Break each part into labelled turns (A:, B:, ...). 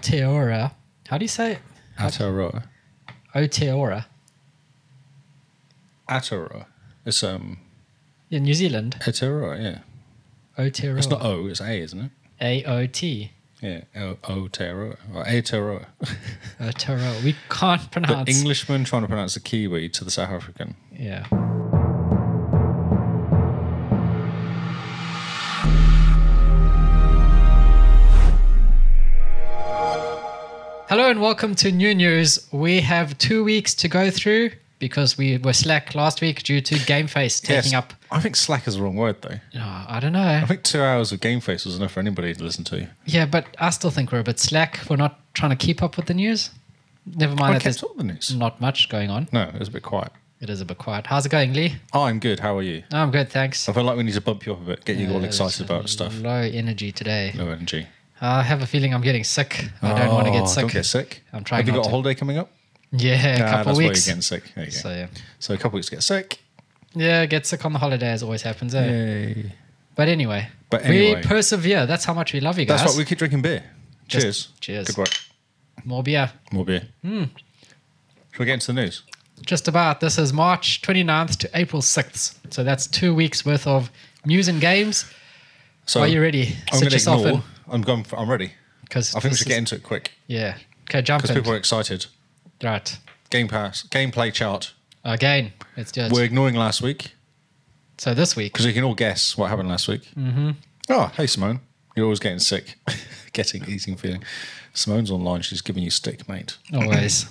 A: Aotearoa. How do you say it?
B: Aotearoa.
A: Aotearoa
B: Aotearoa. It's um
A: in New Zealand.
B: Aotearoa, yeah.
A: Aotearoa.
B: It's not O, it's A, isn't it?
A: A O T.
B: Yeah, O- Aotearoa or Aotearoa.
A: Aotearoa. We can't
B: The
A: pronounce.
B: Englishman trying to pronounce the Kiwi to the South African.
A: Yeah. Hello and welcome to New News. We have two weeks to go through because we were slack last week due to Game Face taking
B: Yes.
A: up.
B: I think slack is the wrong word though.
A: Oh, I don't know.
B: I think two hours of game face was enough for anybody to listen to.
A: Yeah, but I still think we're a bit slack. We're not trying to keep up with the news. Never mind
B: I
A: that
B: kept
A: there's
B: up with the news.
A: not much going on.
B: No, it was a bit quiet.
A: It is a bit quiet. How's it going, Lee?
B: I'm good. How are you?
A: No, I'm good, thanks.
B: I feel like we need to bump you up a bit, get you all
A: Uh,
B: excited
A: it's
B: about stuff.
A: Low energy today.
B: No energy.
A: I have a feeling I'm getting sick. I don't want to
B: Oh,
A: get sick.
B: Don't get sick.
A: I'm trying
B: Have you
A: not
B: got
A: to.
B: a holiday coming up?
A: Yeah, a
B: Ah,
A: couple
B: that's
A: of
B: why you're
A: weeks.
B: getting sick. There you go.
A: So yeah.
B: So a couple weeks get sick.
A: yeah, get sick on the holiday as always happens. Eh?
B: Yay.
A: But anyway,
B: But anyway.
A: we persevere. That's how much we love you guys.
B: That's why we keep drinking beer.
A: Just-
B: Cheers.
A: cheers.
B: Good work.
A: More beer.
B: More beer.
A: Hmm.
B: Shall we get into the news?
A: Just about. This is March 29th to April 6th. So that's two weeks worth of news and games.
B: So
A: Are you ready?
B: I'm
A: Sit
B: going to
A: yourself
B: ignore.
A: in.
B: I'm going. For, I'm ready.
A: Because
B: I think we should get into it quick
A: Yeah. Okay, jump
B: because
A: in.
B: people are excited.
A: Right.
B: Game Pass, gameplay chart.
A: Again, let's do it.
B: We're ignoring last week
A: so this week,
B: because we can all guess what happened last week. Mm-hmm. Oh, hey Simone, you're always getting sick, getting eating feeling. Simone's online. She's giving you stick, mate.
A: always.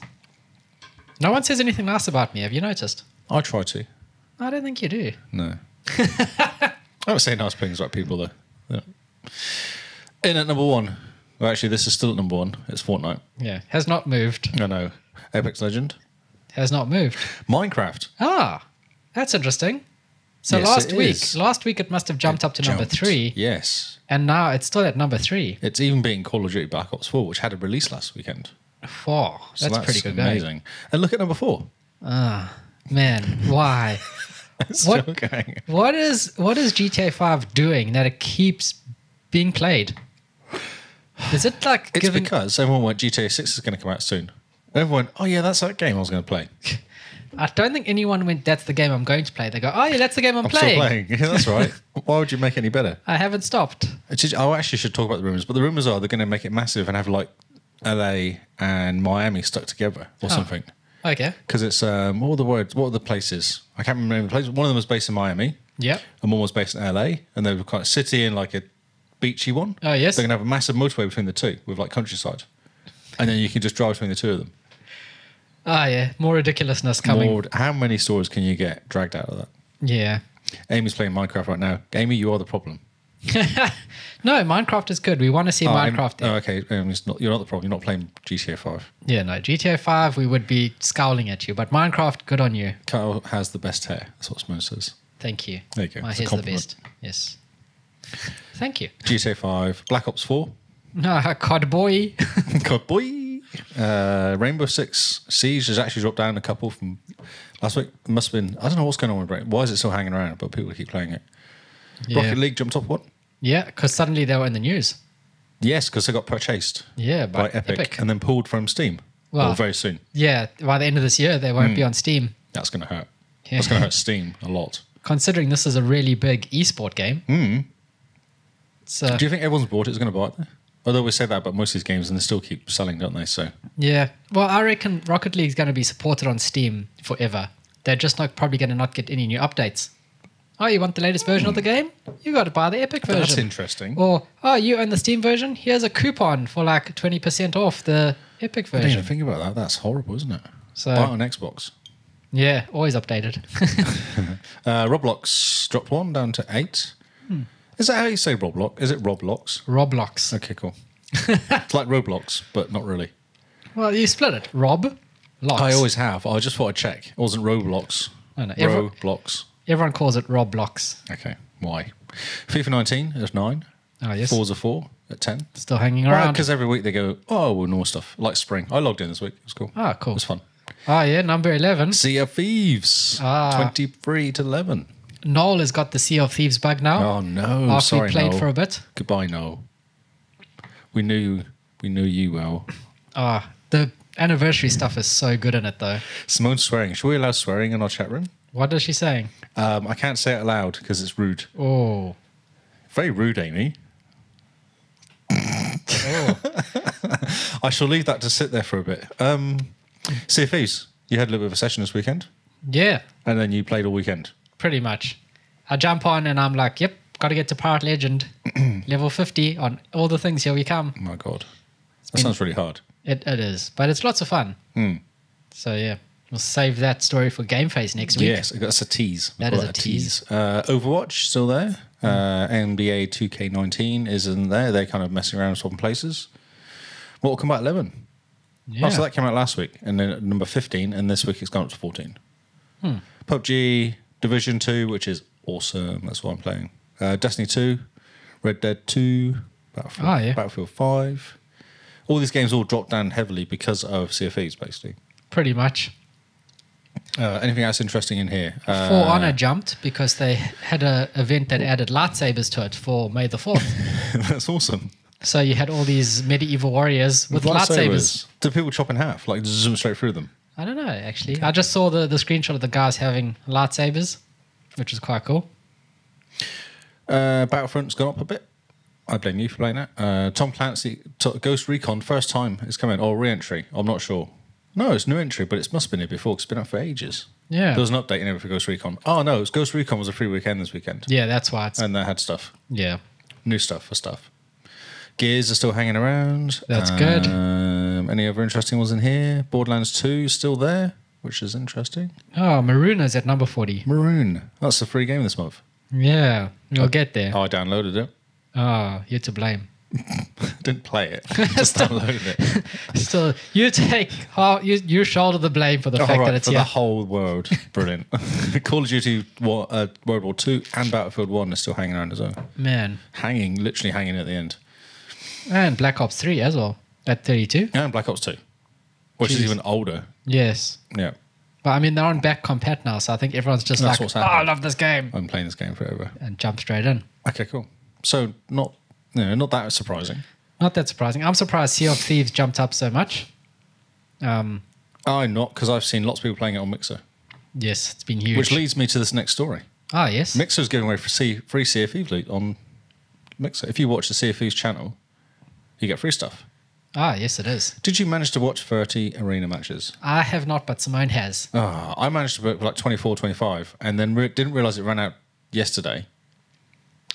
A: no one says anything nice about me. Have you noticed?
B: I try to.
A: I don't think you do.
B: No. I don't say nice things about people though. Yeah. In at number one. Well, actually, this is still at number one. It's Fortnite.
A: Yeah. Has not moved.
B: I know. Apex Legend.
A: Has not moved.
B: Minecraft.
A: Ah, that's interesting. So
B: Yes,
A: last
B: it
A: week,
B: is.
A: last week it must have jumped up to number
B: Jumped.
A: three,
B: Yes.
A: and now it's still at number three.
B: It's even beating Call of Duty Black Ops 4, which had a release last weekend.
A: Four. That's,
B: So
A: pretty good. going.
B: Amazing. And look at number four.
A: Ah, man, why?
B: It's
A: What?
B: still going.
A: what is what is GTA Five doing that it keeps being played? Is it like
B: It's
A: giving?
B: because everyone went GTA 6 is going to come out soon. Everyone, oh yeah, that's that game I was going to play.
A: I don't think anyone went. That's the game I'm going to play. They go, oh yeah, that's the game I'm,
B: I'm
A: playing.
B: still playing. Yeah, that's right. Why would you make it any better?
A: I haven't stopped.
B: It's just- I actually should talk about the rumors, but the rumors are they're going to make it massive and have like LA and Miami stuck together or something.
A: Okay.
B: Because it's um, what were the words? What were the places? I can't remember the places. One of them was based in Miami,
A: Yep.
B: and one was based in LA, and they were kind of city and like a beachy one.
A: Oh, yes.
B: They're going to have a massive motorway between the two with like countryside, and then you can just drive between the two of them.
A: Oh yeah, more ridiculousness coming.
B: Lord, how many stories can you get dragged out of that?
A: Yeah.
B: Amy's playing Minecraft right now. Amy, you are the problem.
A: no, Minecraft is good. We want to see
B: Oh, Amy-
A: Minecraft.
B: oh, okay, Amy's not. You're not the problem. You're not playing GTA Five.
A: yeah, no, GTA Five, we would be scowling at you, but Minecraft, good on you.
B: Kyle has the best hair. That's what Simone says.
A: Thank you.
B: There you go.
A: My
B: It's a
A: hair's the best.
B: compliment.
A: Yes. Thank you.
B: GTA 5, Black Ops 4,
A: No, cod boy.
B: God boy. Uh, Rainbow Six Siege has actually dropped down a couple from last week. Must have been, I don't know what's going on with Rainbow. Why is it still hanging around? But people keep playing it.
A: yeah,
B: Rocket League jumped up one?
A: yeah, because suddenly they were in the news.
B: Yes, because they got purchased
A: Yeah,
B: by
A: by,
B: Epic,
A: Epic.
B: and then pulled from Steam.
A: Well-
B: Well, very soon.
A: Yeah, by the end of this year, they won't be
B: Hmm.
A: on Steam.
B: That's going to hurt.
A: Yeah.
B: That's going to hurt Steam a lot.
A: Considering this is a really big esport game.
B: Hmm.
A: So
B: Do you think everyone's bought it is going to buy it? though? Although we say that about most of these games and they still keep selling, don't they? So
A: yeah, well, I reckon Rocket League's going to be supported on Steam forever. They're just not probably going to not get any new updates. Oh, you want the latest version of the game? You got to buy the Epic version.
B: Hmm. that's interesting.
A: Or, oh, you own the Steam version? Here's a coupon for like 20% off the Epic
B: I didn't even
A: version.
B: think about that. That's horrible, isn't it?
A: So-
B: buy it on Xbox.
A: Yeah, always updated.
B: Uh, Roblox dropped one down to eight. Is that how you say Roblox? Is it Roblox?
A: Roblox.
B: Okay, cool. it's like Roblox, but not really.
A: Well, you split it. Rob, Lox.
B: I always have. I just thought I'd check. It wasn't Roblox.
A: No, no, every-
B: Roblox.
A: Everyone calls it Roblox.
B: Okay, why? FIFA 19 at nine.
A: Oh, yes.
B: Forza 4 at 10.
A: Still
B: Ah,
A: hanging around.
B: Because every week they go, oh, we'll know stuff. Like spring. I logged in this week. It was cool.
A: Ah,
B: It
A: cool.
B: was fun.
A: Oh, yeah, number 11.
B: Sea of Thieves.
A: Ah.
B: 23 to 11.
A: Noel has got the Sea of Thieves bug now.
B: Oh, no.
A: after
B: Sorry,
A: we played
B: Noel.
A: for a bit.
B: Goodbye, Noel. We knew We know you well.
A: Ah, the anniversary stuff is so good in it though.
B: Simone's swearing. Should we allow swearing in our chat room?
A: What is she saying?
B: Um, I can't say it aloud because it's rude.
A: Oh,
B: Very rude, Amy.
A: oh.
B: I shall leave that to sit there for a bit. Um, CFEs, you had a little bit of a session this weekend,
A: yeah,
B: and then you played all weekend.
A: pretty much. I jump on and I'm like, yep, got to get to Pirate Legend, level 50 on all the things. Here we come.
B: Oh my God, that
A: been-
B: sounds really hard.
A: It, it is, but it's lots of fun.
B: Hmm.
A: So yeah, we'll save that story for Game Face next week.
B: Yes, that's a tease. We
A: That
B: call
A: is
B: it
A: a tease.
B: Uh, Overwatch still there. Uh, NBA 2K19 is in there. They're kind of messing around in swapping places. Mortal Kombat 11.
A: Yeah.
B: Oh, so that came out last week, and then at number 15, and this week it's gone up to 14.
A: Hmm.
B: PUBG Division 2, which is awesome. That's what I'm playing. Uh, Destiny 2, Red Dead 2, Battlefield,
A: Ah, yeah.
B: Battlefield 5. All these games all dropped down heavily because of CFEs, basically.
A: Pretty much.
B: Uh, anything else interesting in here? Uh,
A: For Honor jumped because they had a event that added lightsabers to it for May the 4th.
B: Uh, that's awesome.
A: so you had all these medieval warriors with, lightsabers.
B: Do people chop in half, like zoom straight through them?
A: I don't know, actually. I just saw the, the screenshot of the guys having lightsabers, which was quite cool.
B: Uh, Battlefront's gone up a bit. I blame you for playing that. Uh, Tom Clancy, T- Ghost Recon, first time it's coming, or re entry. I'm not sure. No, it's new entry, but it must have been here before 'cause it's been out for ages.
A: Yeah.
B: There was an update in it for Ghost Recon. Oh, no, it was Ghost Recon was a free weekend this weekend.
A: yeah, that's why it's.
B: And they had stuff,
A: yeah.
B: new stuff for stuff. Gears are still hanging around.
A: That's good.
B: Um, any other interesting ones in here? Borderlands 2 is still there, which is interesting.
A: Oh, Maruna's at number 40.
B: Maroon, that's a free game this month.
A: Yeah, we'll get there.
B: Oh, I downloaded it.
A: Oh, you're to blame.
B: Didn't play it. Just downloaded it.
A: So you take half, you, you shoulder the blame for the
B: All
A: fact
B: right,
A: that it's
B: for the
A: here.
B: whole world. Brilliant. Call of Duty War, uh, World War Two and Battlefield One are still hanging around as well.
A: Man.
B: Hanging, literally hanging at the end.
A: And Black Ops 3 as well at 32.
B: And Black Ops Two, which is
A: Jeez.
B: even older.
A: Yes.
B: Yeah,
A: But I mean, they're on back compat now, so I think everyone's just
B: That's what's
A: like, "Oh,
B: happening.
A: I love this game,"
B: I've been playing this game forever.
A: and jump straight in.
B: Okay, cool. So not, you know, not that surprising.
A: Not that surprising. I'm surprised Sea of Thieves jumped up so much. Um,
B: I not because I've seen lots of people playing it on Mixer,
A: yes, it's been huge.
B: which leads me to this next story.
A: ah, yes.
B: Mixer's giving away for C- free CFE loot on Mixer. If you watch the CFE's channel, you get free stuff.
A: ah, yes, it is.
B: Did you manage to watch 30 arena matches?
A: I have not, but Simone has.
B: Ah, I managed to book like 24, 25, and then re- didn't realize it ran out yesterday.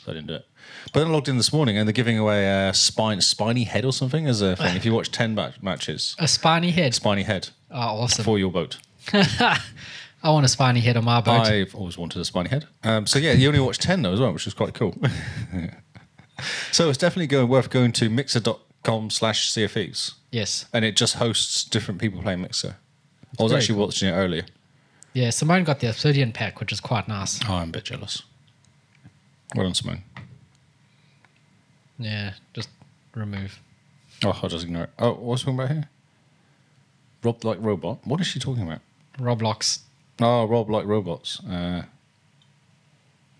B: So I didn't do it. But then I logged in this morning and they're giving away a spine, spiny head or something as a thing. if you watch 10 ba- matches,
A: A spiny head.
B: spiny head
A: Oh, awesome.
B: for your boat.
A: I want a spiny head on my boat.
B: I've always wanted a spiny head. Um, so yeah, you only watched 10 though as well, which is quite cool. so it's definitely going worth going to mixer.com slash CFEs.
A: yes.
B: And it just hosts different people playing Mixer. I was
A: very
B: actually watching it earlier.
A: Yeah, Simone got the Obsidian pack, which is quite nice.
B: Oh, I'm a bit jealous. Well done, Simone.
A: Yeah, just remove.
B: Oh, I'll just ignore it. Oh, what's talking about here? Rob like robot. What is she talking about?
A: Roblox.
B: Oh, Rob like robots. Uh,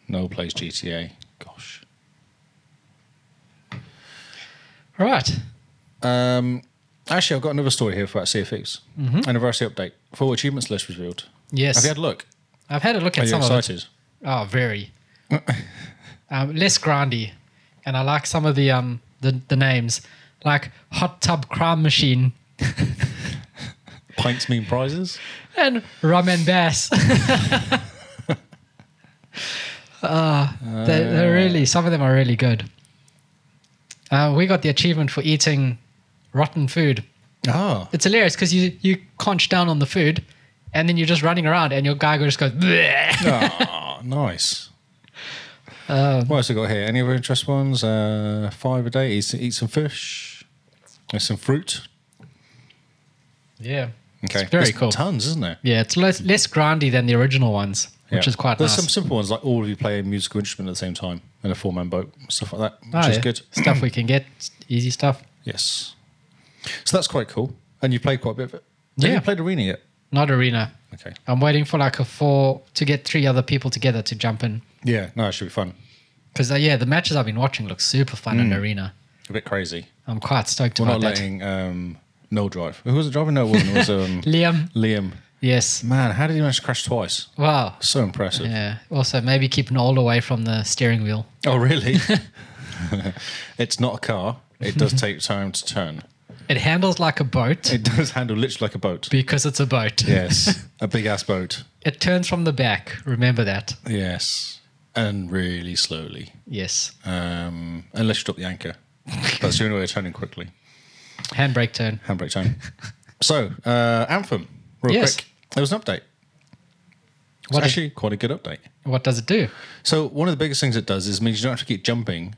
B: no plays GTA. Gosh.
A: Right.
B: Um, actually, I've got another story here for about Sea of Thieves. Anniversary update. Full achievements list revealed.
A: Mm-hmm. Yes.
B: Have you had a look?
A: I've had a look at
B: Are you
A: some of it.
B: excited?
A: Oh, very. um, less grindy, and I like some of the um the, the names, like hot tub crime machine
B: Pints mean prizes.
A: and rum and bass. Ah, they,
B: Uh.
A: they're really some of them are really good. Uh, we got the achievement for eating rotten food.
B: Ah,
A: It's hilarious because you you conch down on the food, and then you're just running around, and your guy just goes. "Bleh."
B: Ah, nice.
A: Um,
B: what else we got here? Any other interest ones? Uh, five a day. Eat, eat some fish. There's some fruit.
A: Yeah.
B: Okay,
A: It's very
B: There's
A: cool.
B: Tons, isn't there?
A: Yeah, it's less, less grindy than the original ones, which
B: Yeah.
A: is quite
B: There's
A: nice.
B: some simple ones like all of you play a musical instrument at the same time in a four man boat, stuff like that, which
A: Ah,
B: is
A: yeah.
B: good.
A: stuff we can get. s- Easy stuff.
B: Yes. So that's quite cool. And you played quite a bit of it. Have
A: Yeah.
B: you played Arena yet?
A: Not arena.
B: Okay.
A: I'm waiting for like a four to get three other people together to jump in. uh,
B: Yeah, no, it should be fun.
A: Because yeah, the matches I've been watching look super fun in arena.
B: a bit crazy.
A: I'm quite stoked
B: Mm. We're
A: about
B: not
A: that.
B: letting um, Noel drive. Who was it driving? No, it wasn't. It was um,
A: Liam,
B: Liam.
A: yes.
B: Man, how did he manage to crash twice?
A: Wow.
B: So impressive.
A: Yeah. Also, maybe keep Noel away from the steering wheel.
B: Oh, really? it's not a car. It does take time to turn.
A: It handles like a boat
B: It does handle literally like a boat.
A: because it's a boat.
B: Yes, a big ass boat.
A: It turns from the back. Remember that.
B: Yes, and really slowly.
A: Yes.
B: Um, unless you drop the anchor, that's the only way of turning quickly.
A: Handbrake turn.
B: Handbrake time. So, uh, Anthem, real
A: Yes.
B: quick. There was an update. It's
A: What is-
B: actually quite a good update.
A: What does it do?
B: So one of the biggest things it does is means you don't have to keep jumping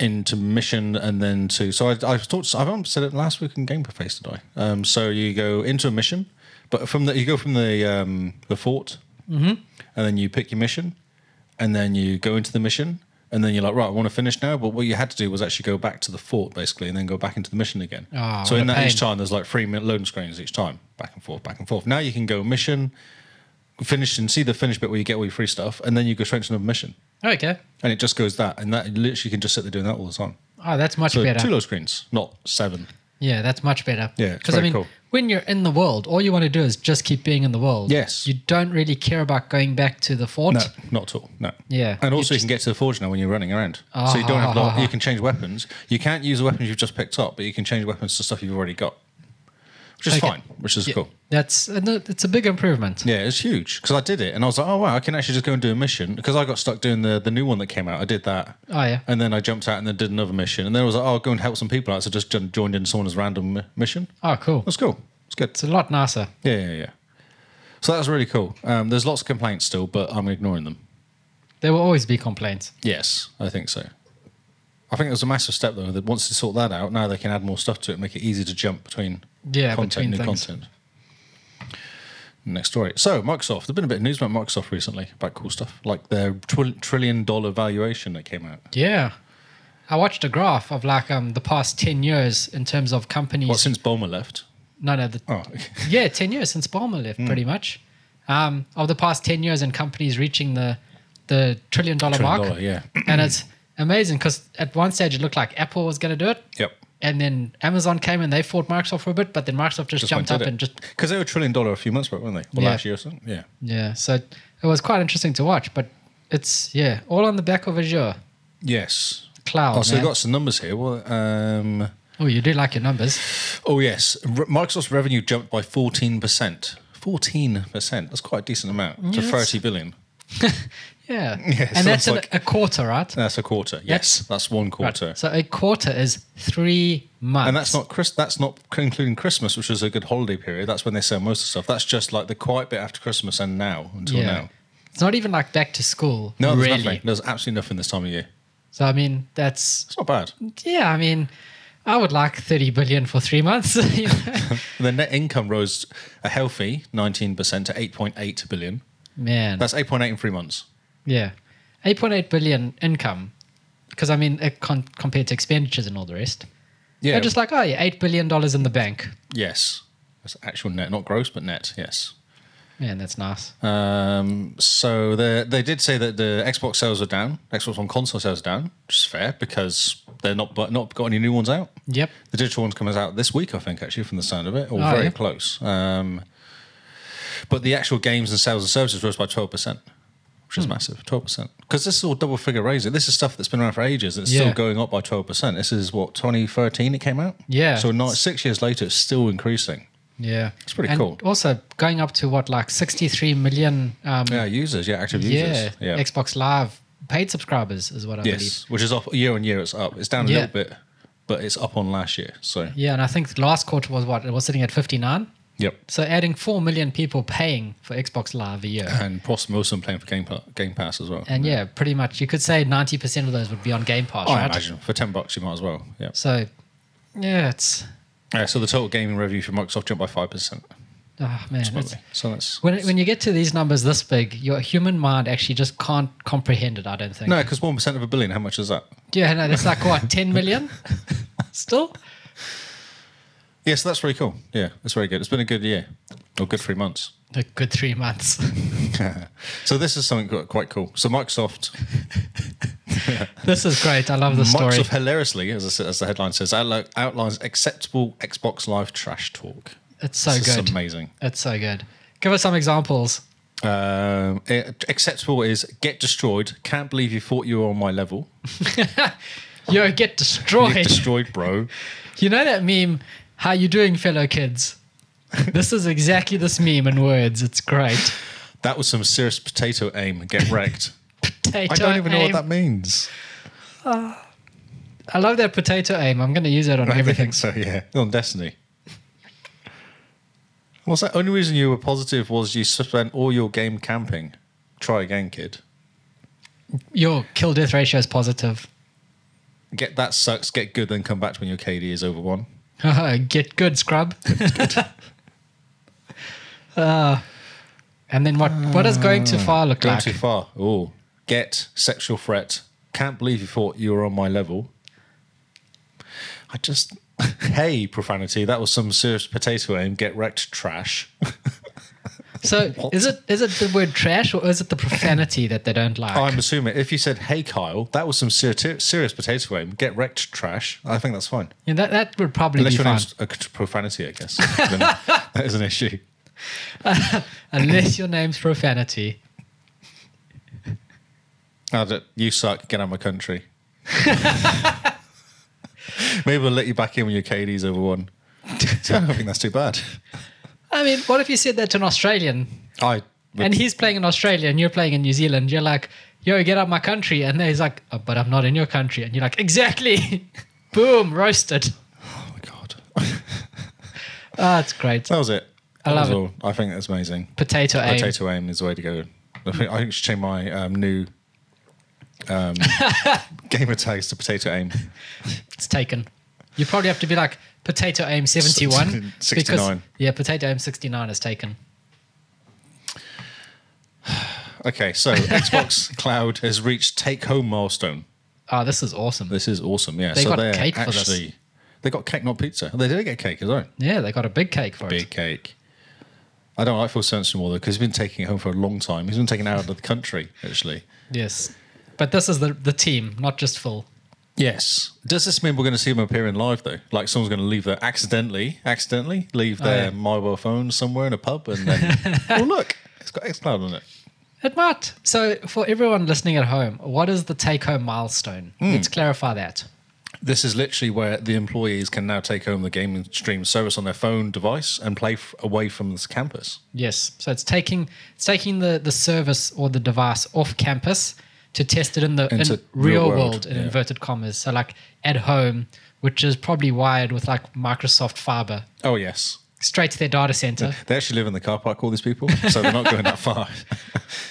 B: into mission and then to. So I, I've talked. I've um, said it last week in Game Face, did I? Um, so you go into a mission, but from the you go from the um, the fort, and then you pick your mission, and then you go into the mission, and then you're like, right, I want to finish now. But what you had to do was actually go back to the fort basically, and then go back into the mission again.
A: Ah,
B: so
A: what
B: in
A: a
B: that each
A: pain.
B: time, there's like three minute loading screens each time, back and forth, back and forth. Now you can go mission. Finish and see the finish bit where you get all your free stuff, and then you go straight to another mission
A: Okay.
B: and it just goes that and that literally you can just sit there doing that all the time.
A: Oh, that's much
B: So
A: better.
B: two low screens, not seven.
A: Yeah, that's much better.
B: Yeah, it's
A: I
B: very
A: mean,
B: cool.
A: when you're in the world, all you want to do is just keep being in the world.
B: Yes.
A: You don't really care about going back to the fort.
B: No, not at all. No.
A: Yeah.
B: And also, you can get to the forge now when you're running around. so you don't have.
A: Ah.
B: Like, you can change weapons. You can't use the weapons you've just picked up, but you can change weapons to stuff you've already got, which is
A: Okay.
B: fine. Which is cool.
A: That's uh, no, it's a big improvement.
B: Yeah, it's huge because I did it and I was like, oh wow, I can actually just go and do a mission because I got stuck doing the the new one that came out. I did that.
A: Oh yeah.
B: And then I jumped out and then did another mission. And then I was like, oh, I'll go and help some people out. So just jo- joined in someone's random mi- mission.
A: Oh cool.
B: That's cool. It's good.
A: It's a lot nicer.
B: Yeah, yeah, yeah. So that was really cool. Um, there's lots of complaints still, but I'm ignoring them.
A: There will always be complaints.
B: Yes, I think so. I think it was a massive step though. That once they sort that out, now they can add more stuff to it, make it easy to jump between
A: Yeah,
B: content
A: between
B: and new
A: things.
B: content. Next story. So Microsoft, there's been a bit of news about Microsoft recently about cool stuff, like their twi- trillion dollar valuation that came out.
A: Yeah. I watched a graph of like um the past ten years in terms of companies.
B: Well, since Bulmer left.
A: no, no, the,
B: Oh,
A: yeah, ten years since Balmer left,
B: Hmm.
A: pretty much. Um, of the past ten years, and companies reaching the the trillion dollar
B: trillion
A: mark,
B: dollar, yeah.
A: and it's amazing because at one stage it looked like Apple was going to do it,
B: Yep.
A: and then Amazon came and they fought Microsoft for a bit, but then Microsoft just,
B: Just
A: jumped
B: went
A: up
B: did it.
A: and just
B: Because they were trillion dollar a few months back, weren't they? Or
A: Yeah.
B: last year or something. Yeah.
A: yeah. So it was quite interesting to watch, but it's yeah, all on the back of Azure
B: Yes.
A: cloud.
B: Oh, so
A: man.
B: they've got some numbers here. Well, um,
A: oh, you do like your numbers.
B: Oh yes, Re- Microsoft's revenue jumped by fourteen percent. Fourteen percent. That's quite a decent amount to
A: Mm, Yes.
B: thirty billion.
A: Yeah,
B: Yeah,
A: and that's
B: sounds
A: in
B: like-
A: a quarter, right?
B: That's a quarter. Yes, that's, one quarter.
A: Right. So a quarter is three months,
B: And that's not Chris. That's not including Christmas, which is a good holiday period. That's when they sell most of the stuff. That's just like the quiet bit after Christmas and now until now.
A: It's not even like back to school.
B: No, there's
A: really.
B: nothing. There's absolutely nothing this time of year.
A: So I mean, that's
B: It's not bad.
A: yeah. I mean, I would like thirty billion for three months. you know?
B: The net income rose a healthy nineteen percent to eight point eight billion.
A: Man,
B: That's eight point eight in three months.
A: yeah, eight point eight billion income. Because I mean, it con- compared to expenditures and all the rest,
B: Yeah.
A: they're just like, oh yeah, eight billion dollars in the bank.
B: yes. That's actual net, not gross, but net. Yes.
A: Man, that's nice.
B: Um, so they they did say that the Xbox sales are down. Xbox One console sales are down, which is fair because they're not but not got any new ones out.
A: Yep.
B: The digital one's comes out this week, I think, actually, from the sound of it, or
A: Oh,
B: very
A: yeah.
B: close. Um, but the actual games and sales and services rose by twelve percent, which
A: Hmm.
B: is massive, twelve percent. Because this is all double figure raising. This is stuff that's been around for ages. It's
A: Yeah.
B: still going up by twelve percent. This is what twenty thirteen it came out.
A: Yeah.
B: So not six years later, it's still increasing.
A: Yeah,
B: It's pretty
A: and
B: cool.
A: Also, going up to what like sixty-three million. Um,
B: Yeah, users, yeah, active
A: yeah,
B: users, yeah.
A: Xbox Live paid subscribers is what I believe.
B: Yes, which is up year on year. It's up. It's down a
A: Yeah.
B: little bit, but it's up on last year. So
A: Yeah, and I think last quarter was what it was sitting at fifty-nine.
B: yep.
A: So adding four million people paying for Xbox Live a year,
B: And Post Wilson playing for Game, pa- Game Pass as well.
A: and yeah, pretty much you could say ninety percent of those would be on Game Pass,
B: I
A: right?
B: imagine for ten bucks you might as well. Yeah.
A: So, yeah, it's
B: Uh, so the total gaming revenue for Microsoft jumped by five percent.
A: oh man, it's,
B: So that's
A: when when you get to these numbers this big, your human mind actually just can't comprehend it. I don't think.
B: no, because one percent of a billion. How much is that?
A: Yeah, no, that's like what ten million, still.
B: Yeah, so that's very cool. Yeah, that's very good. It's been a good year, or good three months.
A: A good three months.
B: so this is something quite- quite cool. So Microsoft
A: This is great. I love the story.
B: Microsoft hilariously, as, the- as the headline says, outli- outlines acceptable Xbox Live trash talk.
A: It's so
B: this
A: good.
B: is amazing.
A: It's so good. Give us some examples.
B: Um, eh, acceptable is get destroyed. Can't believe you thought you were on my level.
A: Yo, get destroyed.
B: Get destroyed, bro.
A: you know that meme, how you doing, fellow kids? this is exactly this meme in words. It's great.
B: That was some serious potato aim. Get wrecked.
A: Potato
B: I don't even know
A: aim.
B: what that means.
A: I love that potato aim. I'm going to use that on
B: I
A: everything.
B: think so, yeah. On Destiny. What's that? Only reason you were positive was you spent all your game camping. Try again, kid.
A: Your kill death ratio is positive.
B: Get that sucks. Get good. Then come back when your KD is over one.
A: Get good, scrub. Uh, and then what? What does going too far look
B: Going
A: like?
B: too far. Oh, get sexual threat. Can't believe you thought you were on my level. I just, hey, profanity. That was some serious potato aim. Get wrecked, trash.
A: So
B: What?
A: is it is it the word trash or is it the profanity that they don't like?
B: I'm assuming if you said, hey, Kyle, that was some ser- serious potato aim. Get wrecked, trash. I think that's fine.
A: Yeah, that that would probably
B: Unless
A: be
B: your
A: fine.
B: name's a profanity, I guess. then that is an issue.
A: Unless your name's profanity.
B: Oh, that- you suck. Get out of my country. Maybe we'll let you back in when your KD's over one. I don't think that's too bad.
A: I mean, what if you said that to an Australian
B: I would-
A: and he's playing in Australia and you're playing in New Zealand? You're like, yo, get out my country. And then he's like, oh, but I'm not in your country. And you're like, exactly. Boom, roasted.
B: oh my god,
A: Ah, it's great.
B: that was it.
A: I
B: That
A: love
B: was all. I think that's amazing.
A: Potato aim.
B: Uh, Potato aim is the way to go. I think I think I should change my um, new um, gamer tags to potato aim.
A: It's taken. You probably have to be like potato aim 71. Because,
B: 69.
A: yeah, potato aim 69 is taken.
B: Okay, so Xbox Cloud has reached take-home milestone.
A: Oh, this is awesome.
B: This is awesome. Yeah,
A: They
B: so
A: got
B: they're
A: cake for this.
B: actually they got cake, not pizza. They did get cake, as well.
A: Yeah, they got a big cake for
B: big
A: it.
B: cake. I don't like Phil Spencer more though because he's been taking it home for a long time. He's been taking it out of the country actually.
A: Yes. But this is the, the team, not just full.
B: Yes. Does this mean we're going to see him appearing live though? Like someone's going to leave their accidentally, accidentally leave their
A: yeah.
B: mobile phone somewhere in a pub and then oh look, it's got XCloud on it.
A: It might. So, for everyone listening at home, what is the take home milestone?
B: Hmm.
A: Let's clarify that.
B: This is literally where the employees can now take home the gaming stream service on their phone device and play f- away from this campus.
A: Yes. So it's taking it's taking the, the service or the device off campus to test it in the in
B: Into
A: real,
B: real
A: world,
B: world,
A: in
B: yeah.
A: inverted commas. So like at home, which is probably wired with like Microsoft fiber
B: Oh yes.
A: straight to their data center.
B: They actually live in the car park, all these people, so they're not going that far.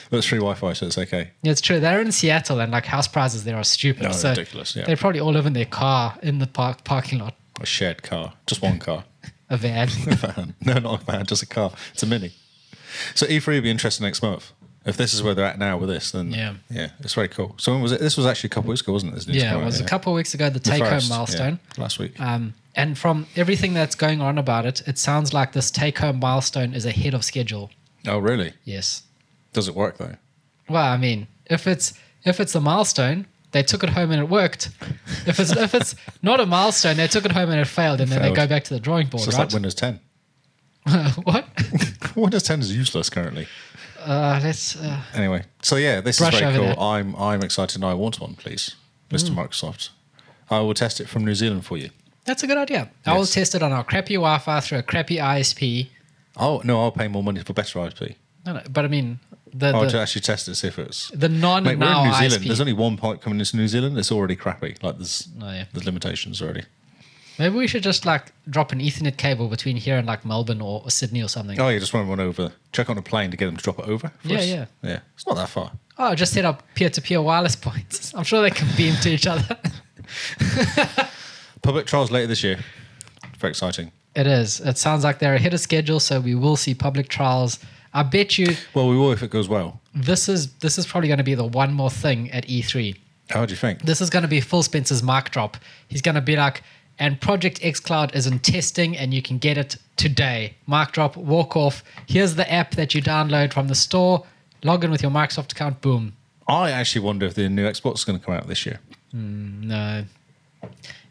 B: but it's free Wi-Fi, so it's okay.
A: yeah, it's true. They're in Seattle and like house prices there are stupid.
B: No,
A: so
B: ridiculous, yeah.
A: They probably all live in their car in the park parking lot,
B: A shared car, just one car.
A: a van.
B: van. No, not a van, just a car. It's a mini. So E3 will be interesting next month. If this is where they're at now with this, then
A: Yeah.
B: it's very cool. So when was it? This was actually a couple weeks ago, wasn't it? This news
A: yeah,
B: came
A: it
B: out,
A: was a couple of weeks ago the take
B: First,
A: home milestone.
B: yeah, last week.
A: Um, and from everything that's going on about it, it sounds like this take home milestone is ahead of schedule.
B: oh, really?
A: Yes.
B: Does it work though?
A: Well, I mean, if it's if it's a milestone, they took it home and it worked. If it's if it's not a milestone, they took it home and it failed, and then they
B: Failed.
A: go back to the drawing board,
B: It's just
A: right?
B: like Windows 10.
A: what?
B: Windows 10 is useless currently.
A: Uh, let's. Uh,
B: Anyway, so yeah, this
A: Brush
B: is very
A: over Hmm.
B: cool.
A: that.
B: I'm I'm excited and I want one, please, Mr. Microsoft. I will test it from New Zealand for you.
A: that's a good idea. I will
B: Yes.
A: test it on our crappy Wi-Fi through a crappy ISP.
B: Oh no, I'll pay more money for better IP.
A: No, no, but I mean the
B: I'll to
A: the,
B: actually test it see if it's
A: the non
B: Mate, Oh, we're
A: now
B: in New Zealand.
A: ISP.
B: There's only one pipe coming into New Zealand. It's already crappy. Like there's
A: No, Oh, yeah.
B: there's limitations already.
A: Maybe we should just like drop an Ethernet cable between here and like Melbourne or, or Sydney or something.
B: Oh, you just want to run over. Check on a plane to get them to drop it over. for
A: Yeah,
B: us.
A: yeah.
B: yeah. It's not that far.
A: Oh, just set up peer-to-peer wireless points. I'm sure they can beam to each other.
B: Public trials later this year. Very exciting.
A: It is. It sounds like they're ahead of schedule, so we will see public trials. I bet you
B: Well, we will if it goes well.
A: this is this is probably going to be the one more thing at E E3.
B: How do you think?
A: This is going to be Phil Spencer's mic drop. He's going to be like, "And Project X Cloud is in testing, and you can get it today." Mic drop, walk off. Here's the app that you download from the store. Log in with your Microsoft account. Boom.
B: I actually wonder if the new Xbox is going to come out this year.
A: No.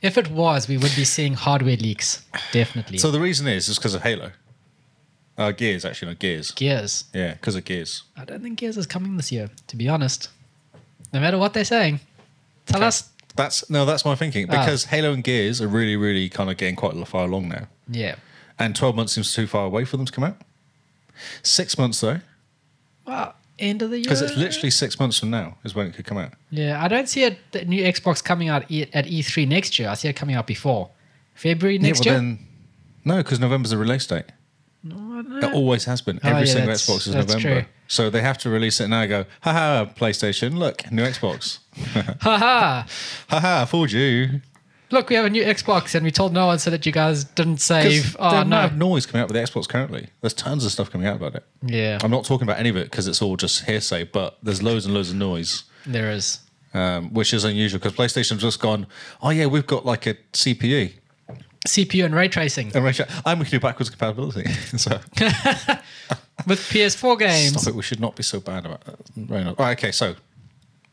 A: If it was, we would be seeing hardware leaks. Definitely.
B: So the reason is is because of Halo. Uh, Gears, actually, not Gears.
A: Gears.
B: Yeah, because of Gears.
A: I don't think Gears is coming this year, to be honest. No matter what they're saying. Tell us.
B: That's no, that's my thinking
A: Ah.
B: because Halo and Gears are really, really kind of getting quite far along now,
A: Yeah.
B: and twelve months seems too far away for them to come out. Six months though,
A: Well, end of the year.
B: because it's literally six months from now is when it could come out.
A: Yeah, I don't see it, the new Xbox coming out e- at E3 next year. I see it coming out before. February next
B: yeah, well
A: year?
B: then, no, because November's the release date.
A: No, I don't
B: It
A: know.
B: always has been.
A: Oh,
B: Every
A: yeah,
B: single
A: that's-
B: Xbox is
A: that's
B: November,
A: true.
B: so they have to release it now. Go, haha, PlayStation, look, new Xbox,
A: Haha!
B: haha, I fooled you.
A: Look, we have a new Xbox and we told no one so that you guys didn't
B: 'Cause
A: save.
B: the
A: Oh,
B: amount
A: no.
B: of noise coming out with the Xbox currently. There's tons of stuff coming out about it.
A: Yeah,
B: I'm not talking about any of it because it's all just hearsay, but there's loads and loads of noise,
A: there is.
B: um, which is unusual because PlayStation's just gone, oh, yeah, we've got like a CPU.
A: CPU and ray tracing
B: And Rachel, and we can do backwards compatibility. so
A: with PS4 games.
B: stop it. We should not be so bad about that. Right, all right, okay, so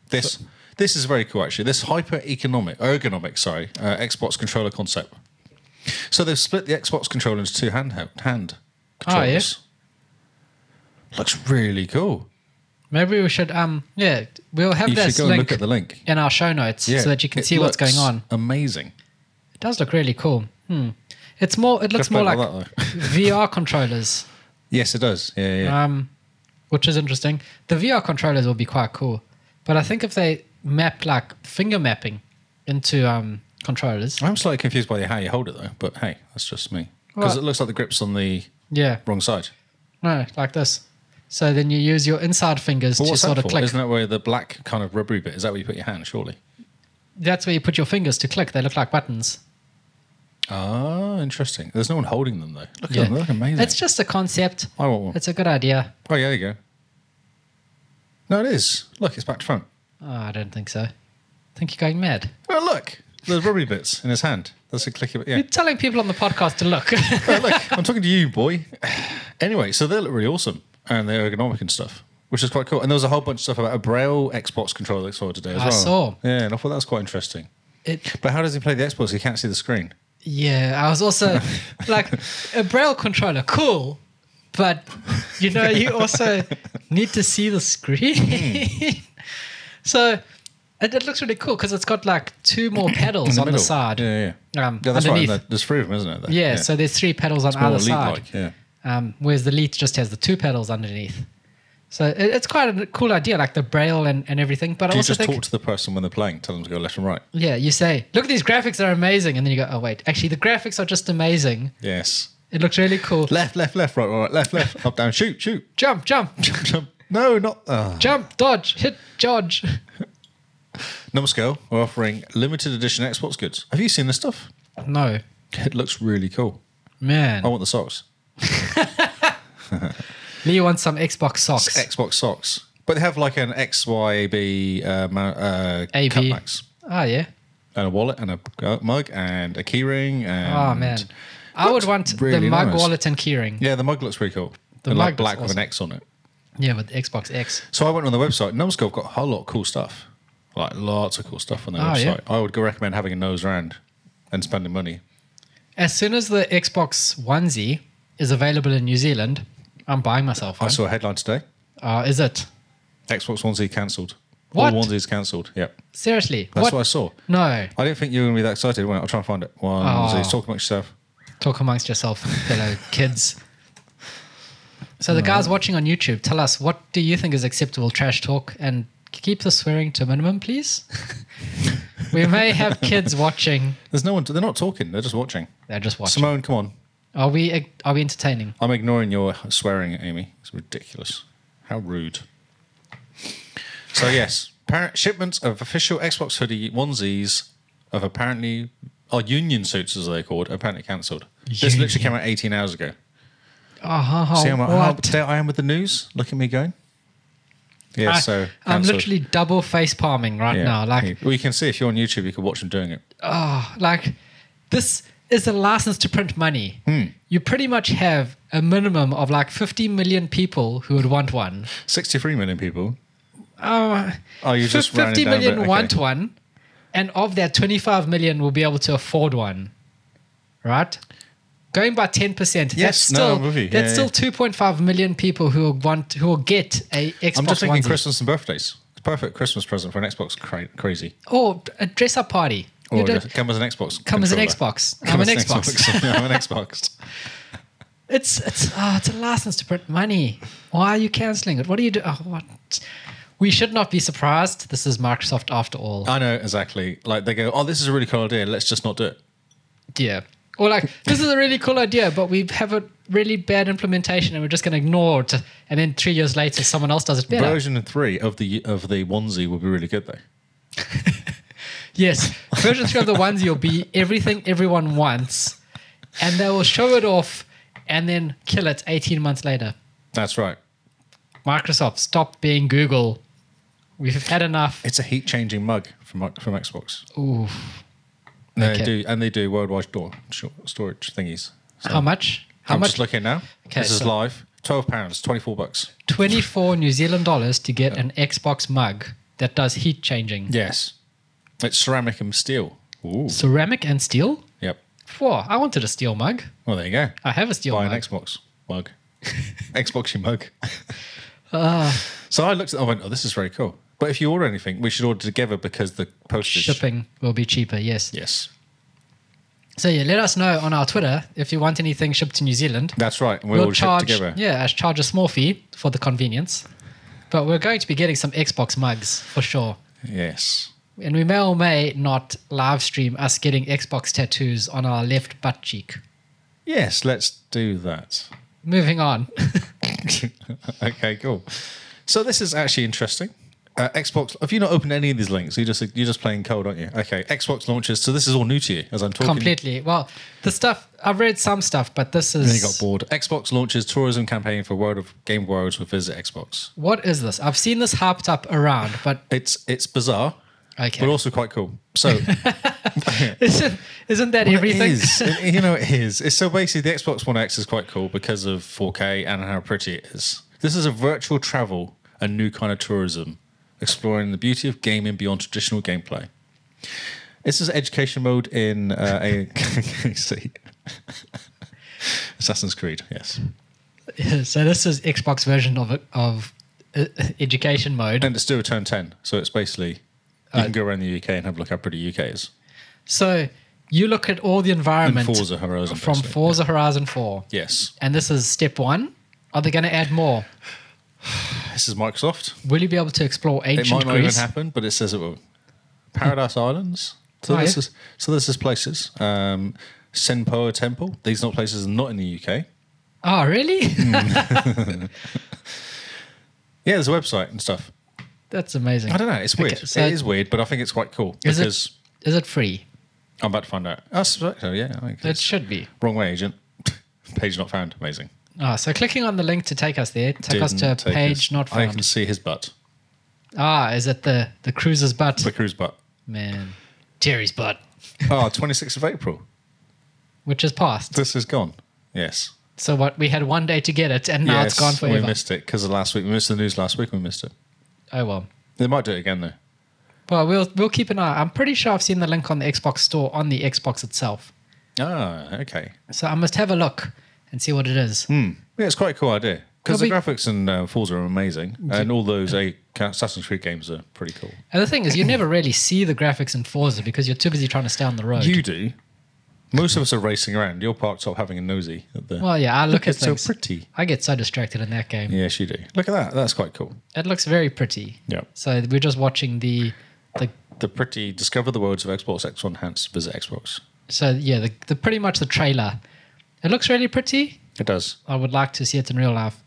B: this. this is very cool, actually. This hyper economic, ergonomic, sorry, uh, Xbox controller concept. So they've split the Xbox controller into two hand hand
A: Oh, Ah, yeah.
B: controllers. Looks really cool.
A: Maybe we should, um, yeah, we'll have
B: You should
A: this
B: go and
A: link
B: look at the link.
A: in our show notes so that you can
B: it
A: see what's
B: looks
A: going on.
B: Amazing.
A: It does look really cool. Hmm. It's more, it looks
B: Just
A: more
B: about
A: like
B: like that,
A: VR controllers,
B: Yes, it does. Yeah, yeah.
A: um, which is interesting. The VR controllers will be quite cool, but I think if they map like finger mapping into um, controllers,
B: I'm slightly confused by how you hold it though, but hey, that's just me. Because
A: Well-
B: it looks like the grip's on the
A: yeah,
B: wrong side.
A: no, like this. So then you use your inside fingers
B: But
A: to
B: what's that
A: sort of
B: for?
A: click.
B: Isn't that where the black kind of rubbery bit is that where you put your hand? Surely.
A: That's where you put your fingers to click. They look like buttons.
B: Ah, interesting. There's no one holding them though. Look
A: Yeah.
B: at them. They look amazing.
A: It's just a concept.
B: I want one.
A: It's a good idea.
B: Oh yeah, there you go. No, it is. Look, it's back to front.
A: Oh, I don't think so. I think you're going mad.
B: Oh look, there's rubbery bits in his hand. That's a clicky bit. Yeah.
A: You're telling people on the podcast to look.
B: Oh, look, I'm talking to you, boy. Anyway, so they look really awesome and they're ergonomic and stuff, which is quite cool. And there was a whole bunch of stuff about a Braille Xbox controller that I saw today as
A: I
B: well.
A: saw.
B: Yeah, and I thought that was quite interesting.
A: it,
B: But how does he play the Xbox? He can't see the screen.
A: yeah, I was also like a braille controller, cool, but you know, you also need to see the
B: Hmm.
A: screen. so it, it looks really cool because it's got like two more
B: In
A: pedals
B: the
A: on
B: middle.
A: the side.
B: Yeah, yeah.
A: Um,
B: Yeah, that's
A: underneath.
B: right. and There's three of them, isn't it? there?
A: yeah, so there's three pedals on
B: More
A: either side.
B: lead-like, Yeah.
A: um, whereas the Leaf just has the two pedals underneath. So it, it's quite a cool idea, like the braille and, and everything. But I
B: Do you
A: also
B: just
A: think,
B: talk to the person when they're playing? Tell them to go left and right.
A: yeah, you say, look at these graphics, they're amazing. And then you go, oh, wait, actually, the graphics are just amazing.
B: Yes.
A: It looks really cool.
B: Left, left, left, right, right, left, left, up, down, shoot, shoot,
A: Jump, jump,
B: jump, jump. No, not. ah.
A: jump, dodge, hit, dodge.
B: Numskull are offering limited edition Xbox goods. Have you seen this stuff?
A: No,
B: It looks really cool.
A: man.
B: I want the socks.
A: Lee wants some Xbox socks.
B: Xbox socks. But they have like an XYAB uh, ma- uh,
A: AB.
B: cutbacks.
A: oh, yeah.
B: And a wallet and a uh, mug and a keyring. And
A: Oh, man. I would
B: looks
A: want
B: really
A: the mug
B: nice.
A: wallet and keyring.
B: Yeah, the mug looks pretty cool.
A: The
B: The like
A: mug looks
B: black with an X on it.
A: Yeah, with the Xbox X.
B: So I went on the website. Numskull have got a whole lot of cool stuff. Like lots of cool stuff on their
A: Oh,
B: website.
A: yeah.
B: I would go recommend having a nose round and spending money.
A: As soon as the Xbox onesie is available in New Zealand, I'm buying myself
B: I
A: one.
B: saw a headline today.
A: Uh, is it?
B: Xbox onesie cancelled.
A: What?
B: All onesies cancelled. Yep.
A: Seriously?
B: That's what?
A: what?
B: I saw.
A: No.
B: I didn't think you were going to be that excited. Well, I'll try and find it. One,
A: Oh.
B: onesie. Talk amongst yourself.
A: Talk amongst yourself, fellow kids. So the guys watching on YouTube, tell us what do you think is acceptable trash talk, and keep the swearing to a minimum, please. we may have kids watching.
B: There's no one. They're not talking. They're just watching.
A: They're just watching.
B: Simone, come on.
A: Are we? Are we entertaining?
B: I'm ignoring your swearing at Amy. It's ridiculous. How rude. So, yes, apparent shipments of official Xbox hoodie onesies of apparently, or union suits as they're called, apparently cancelled. This
A: Union.
B: literally came out 18 hours ago.
A: Oh, ho, ho,
B: See how, how up
A: what?
B: to date I am with the news? Look at me going. Yeah, so.
A: I, am
B: cancelled.
A: literally double face palming right
B: Yeah.
A: now. Like,
B: Yeah. well, you can see if you're on YouTube, you can watch them doing it.
A: oh, like this is a license to print money.
B: Hmm.
A: You pretty much have a minimum of like 50 million people who would want one.
B: 63 million people.
A: Oh,
B: Oh, you just ran it
A: 50
B: down a
A: million
B: bit, okay.
A: want one, and of that, 25 million will be able to afford one, right? Going by 10%, that's
B: Yes, no,
A: still
B: I'm with you.
A: that's
B: Yeah,
A: still
B: yeah.
A: 2.5 million people who will want who will get a Xbox
B: I'm just thinking
A: onesie.
B: Christmas and birthdays. It's a perfect Christmas present for an Xbox cra- crazy.
A: or a dress up party. You
B: Or
A: don't-
B: just come as an Xbox.
A: come as an
B: controller.
A: Xbox. I'm
B: Come
A: an
B: as
A: Xbox.
B: I'm an Xbox.
A: It's it's oh, it's a license to print money. Why are you canceling it? What are you do? Oh, what? We should not be surprised. This is Microsoft after all.
B: I know exactly. Like they go, oh, this is a really cool idea. Let's just not do it.
A: yeah. Or like this is a really cool idea, but we have a really bad implementation, and we're just going to ignore it. And then three years later, someone else does it better.
B: Version three of the of the onesie would be really good though.
A: Yes, version three of the onesie will be everything everyone wants, and they will show it off, and then kill it eighteen months later.
B: That's right.
A: Microsoft, stop being Google. We've had enough.
B: It's a heat changing mug from from Xbox.
A: Ooh,
B: They
A: Okay.
B: do, and they do worldwide door short storage thingies.
A: how much? How
B: I'm
A: much?
B: just looking now.
A: Okay,
B: this is
A: so-
B: live. Twelve pounds, twenty four bucks.
A: 24 New Zealand dollars to get an Xbox mug that does heat changing.
B: Yes, it's ceramic and steel. Ooh.
A: Ceramic and steel?
B: Yep.
A: Whoa, I wanted a steel mug.
B: Well, there you go.
A: I have a steel
B: Buy
A: mug.
B: an Xbox mug. Xbox your mug.
A: Ah.
B: so I looked at. I went, oh, this is very cool. But if you order anything, we should order together because the postage.
A: Shipping will be cheaper, yes.
B: Yes,
A: So, yeah, let us know on our Twitter if you want anything shipped to New Zealand.
B: that's right. And we all ship
A: charge,
B: together.
A: yeah, I charge a small fee for the convenience. But we're going to be getting some Xbox mugs for sure.
B: Yes.
A: And we may or may not live stream us getting Xbox tattoos on our left butt cheek.
B: Yes. Let's do that.
A: Moving on.
B: okay, cool. So this is actually interesting. Uh, Xbox. Have you not opened any of these links? You just you're just playing cold, aren't you? Okay. Xbox launches. So this is all new to you as I'm talking.
A: Completely. Well, the stuff I've read some stuff, but this
B: Then you
A: is
B: got bored. Xbox launches tourism campaign for World of Game Worlds with Visit Xbox.
A: what is this? I've seen this hyped up around, but
B: It's it's bizarre,
A: okay.
B: but also quite cool. So
A: isn't isn't that everything?
B: It is. It- you know, it is. It's so basically the Xbox One X is quite cool because of 4K and how pretty it is. This is a virtual travel, a new kind of tourism, exploring the beauty of gaming beyond traditional gameplay. This is education mode in uh, AKC. Assassin's Creed, yes.
A: so this is Xbox version of it, of uh, education mode.
B: And it's still turn 10, so it's basically you
A: Uh,
B: can go around the UK and have a look how pretty UK is.
A: So you look at all the
B: And
A: environment
B: Forza Horizon.
A: from
B: basically.
A: Forza Horizon Four,
B: Yes.
A: and this is step one. Are they going to add more?
B: This is Microsoft.
A: Will you be able to explore
B: It might
A: ancient
B: not even
A: Greece?
B: happen, but it says it will. Paradise Islands. So
A: Oh,
B: this
A: yeah.
B: is so this is places. Um, Senpoa Temple. These are not places not in the UK.
A: Oh, really?
B: Hmm. Yeah, there's a website and stuff.
A: That's amazing.
B: I don't know. It's weird.
A: Okay, so-
B: it is weird, but I think it's quite cool
A: Is it-
B: because
A: Is it free?
B: I'm about to find out. I suspect so. Yeah. I think
A: It
B: it's-
A: should be.
B: wrong way, agent. page not found. Amazing.
A: Ah, so clicking on the link to take us there took us to a
B: Didn't take
A: page
B: his-
A: not
B: I
A: found.
B: can see his butt.
A: Ah, is it the the cruiser's butt?
B: The cruise butt.
A: Man, Terry's butt,
B: Oh, 26th of April.
A: which is past.
B: This is gone. Yes.
A: So what? We had one day to get it, and now
B: yes,
A: it's gone
B: We
A: forever.
B: missed it because of last week. We missed the news last week. and We missed it.
A: Oh well.
B: They might do it again though.
A: Well, we'll we'll keep an eye. I'm pretty sure I've seen the link on the Xbox store on the Xbox itself.
B: Ah, okay.
A: So I must have a look and see what it is.
B: Yeah, it's quite a cool idea because
A: Well,
B: the graphics and uh, Forza are amazing, and all those uh, Assassin's Creed games are pretty cool.
A: And the thing is, you never really see the graphics in Forza because you're too busy trying to stay on the road.
B: You do. Most of us are racing around. You're parked up having a nosy at the.
A: well, yeah, I look, at
B: it's so
A: things.
B: pretty.
A: I get so distracted in that game.
B: Yes, you do. Look at that. That's quite cool.
A: It looks very pretty.
B: Yeah.
A: So we're just watching the the
B: The pretty discover the worlds of Xbox X One Hands visit Xbox.
A: so yeah the, the pretty much the trailer. It looks really pretty.
B: It does
A: I would like to see it in real life.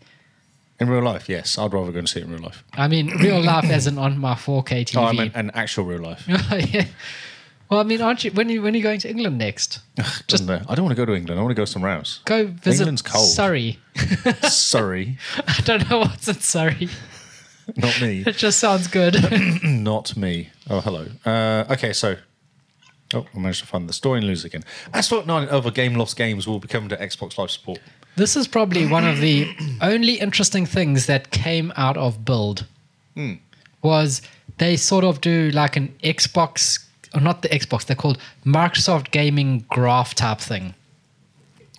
B: in real life. Yes, I'd rather go and see it in real life.
A: I mean, real life as in on my 4K TV.
B: Oh, I meant an actual real life.
A: yeah. Well, I mean, aren't you when you when are you going to England next?
B: Doesn't it? I don't want to go to England. I want to go somewhere else.
A: Go visit
B: England's cold.
A: Surrey.
B: Sorry,
A: I don't know what's in Surrey.
B: not me.
A: It just sounds good.
B: Not me. Oh, hello. Uh, okay, so. Oh, I managed to find the story and lose again. Asphalt 9 and other game lost games will be coming to Xbox Live support.
A: this is
B: Hmm.
A: probably one of the only interesting things that came out of Build. was they sort of do like an Xbox, or not the Xbox, they're called Microsoft Gaming Graph type thing,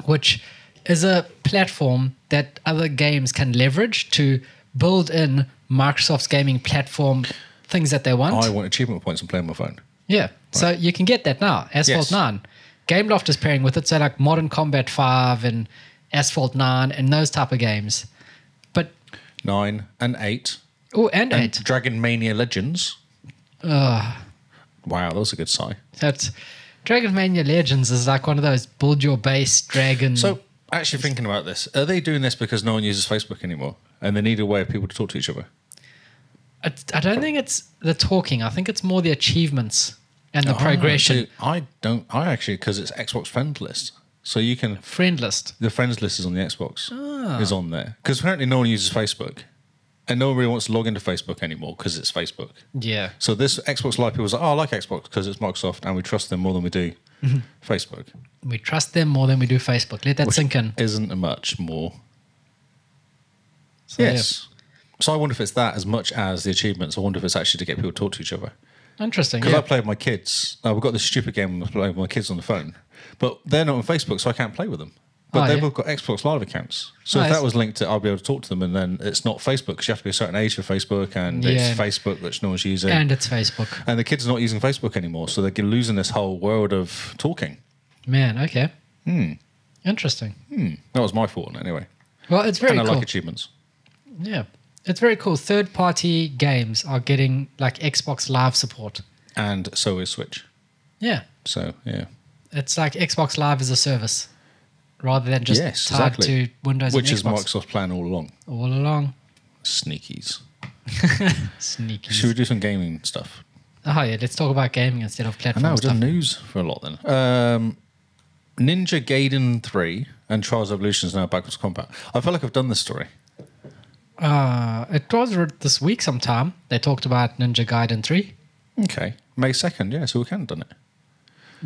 A: which is a platform that other games can leverage to build in Microsoft's gaming platform things that they want.
B: I want achievement points and play on my phone.
A: Yeah. So you can get that now. Asphalt
B: Yes.
A: 9. Gameloft is pairing with it. So like Modern Combat 5 and Asphalt 9 and those type of games. But,
B: Nine and eight.
A: oh, and,
B: And
A: 8.
B: Dragon Mania Legends. Wow, that was a good sigh.
A: That's Dragon Mania Legends is like one of those build your base dragon.
B: So, actually thinking about this, are they doing this because no one uses Facebook anymore and they need a way of people to talk to each other?
A: I, I don't think it's the talking. I think it's more the achievements and the progression.
B: Oh, so I don't. I actually because it's Xbox friend list, so you can
A: Friend list.
B: the friends list is on the Xbox
A: Ah.
B: is on there because apparently no one uses Facebook, and no one really wants to log into Facebook anymore because it's Facebook.
A: Yeah.
B: So this Xbox Live people was like, oh, I like Xbox because it's Microsoft and we trust them more than we do
A: Mm-hmm.
B: Facebook.
A: We trust them more than we do Facebook. Let that sink in.
B: Isn't a much more.
A: So, yeah.
B: yes. So I wonder if it's that as much as the achievements. I wonder if it's actually to get people to talk to each other.
A: Interesting.
B: Because
A: yeah.
B: I play with my kids. Uh, we've got this stupid game I play with my kids on the phone, but they're not on Facebook, so I can't play with them. But
A: Oh,
B: they've
A: yeah.
B: all got Xbox Live accounts. So if
A: Nice.
B: that was linked to, I'll be able to talk to them. And then it's not Facebook because you have to be a certain age for Facebook, and
A: Yeah.
B: it's Facebook that no one's using. And,
A: And it's Facebook.
B: the kids are not using Facebook anymore, so they're losing this whole world of talking.
A: Man, okay. Hmm. Interesting.
B: That was my thought on it anyway.
A: Well, it's very
B: and I
A: cool.
B: like achievements.
A: yeah. It's very cool. Third party games are getting like Xbox Live support.
B: And so is Switch.
A: Yeah.
B: So yeah,
A: It's like Xbox Live as a service rather than just
B: Yes,
A: tied
B: exactly.
A: to Windows
B: which
A: and
B: is
A: Xbox
B: Microsoft's plan all along.
A: all along.
B: Sneakies. Should
A: Sneaky.
B: we do some gaming stuff?
A: Oh, yeah. Let's talk about gaming instead of
B: I
A: platform
B: know, we've
A: stuff.
B: done news for a lot then. Um, Ninja Gaiden 3 and Trials Evolution is now backwards combat. I feel like I've done this story.
A: Uh, it was re- this week sometime. They talked about Ninja Gaiden 3.
B: Okay. May 2nd, yeah, so we can have done it.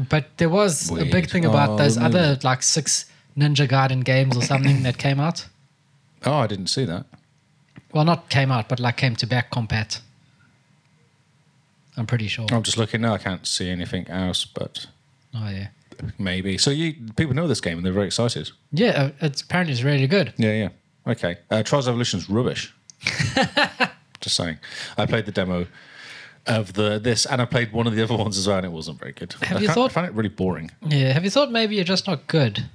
A: But there was a big
B: Weird.
A: thing about
B: Oh,
A: those
B: maybe.
A: other like six Ninja Gaiden games or something that came out.
B: Oh, I didn't see that.
A: Well, not came out, but like came to back compat. I'm pretty sure. Oh,
B: I'm just looking now. I can't see anything else, but
A: yeah,
B: maybe. So you people know this game and they're very excited.
A: yeah. uh, It's apparently it's really good.
B: Yeah, yeah. Okay. Uh, Trials Evolution's rubbish. just saying. I played the demo of the this and I played one of the other ones as well and it wasn't very good.
A: Have
B: I
A: you
B: can't-
A: thought-
B: I found it really boring.
A: Yeah. Have you thought maybe you're just not good?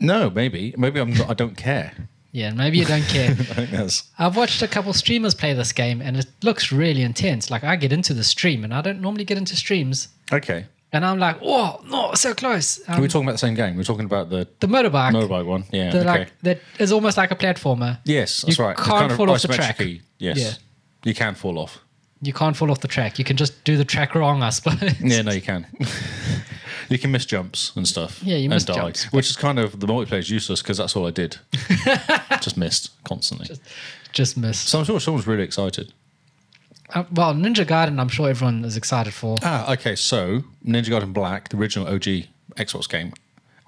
B: No, maybe. Maybe I'm not, I don't care.
A: Yeah, maybe you don't care.
B: I think that's
A: I've watched a couple streamers play this game, and it looks really intense. Like I get into the stream, and I don't normally get into streams,
B: Okay.
A: and I'm like, oh no, so close.
B: Are
A: Um,
B: we talking about the same game? We're talking about the
A: the motorbike,
B: motorbike one. Yeah.
A: the,
B: okay.
A: like that is almost like a platformer.
B: yes, that's
A: you
B: right. It's
A: can't
B: kind of
A: fall off the track.
B: isometrically, Yes.
A: Yeah.
B: You can fall off.
A: You can't fall off the track. You can just do the track wrong, I suppose.
B: Yeah, no, you can. you can miss jumps and stuff.
A: Yeah, you
B: and
A: miss jumps.
B: Which is kind of the multiplayer's useless because that's all I did. Just missed constantly.
A: Just miss.
B: so I'm sure someone's really excited.
A: Uh, well, Ninja Garden, I'm sure everyone is excited for.
B: Ah, okay. So Ninja Garden Black, the original OG Xbox game,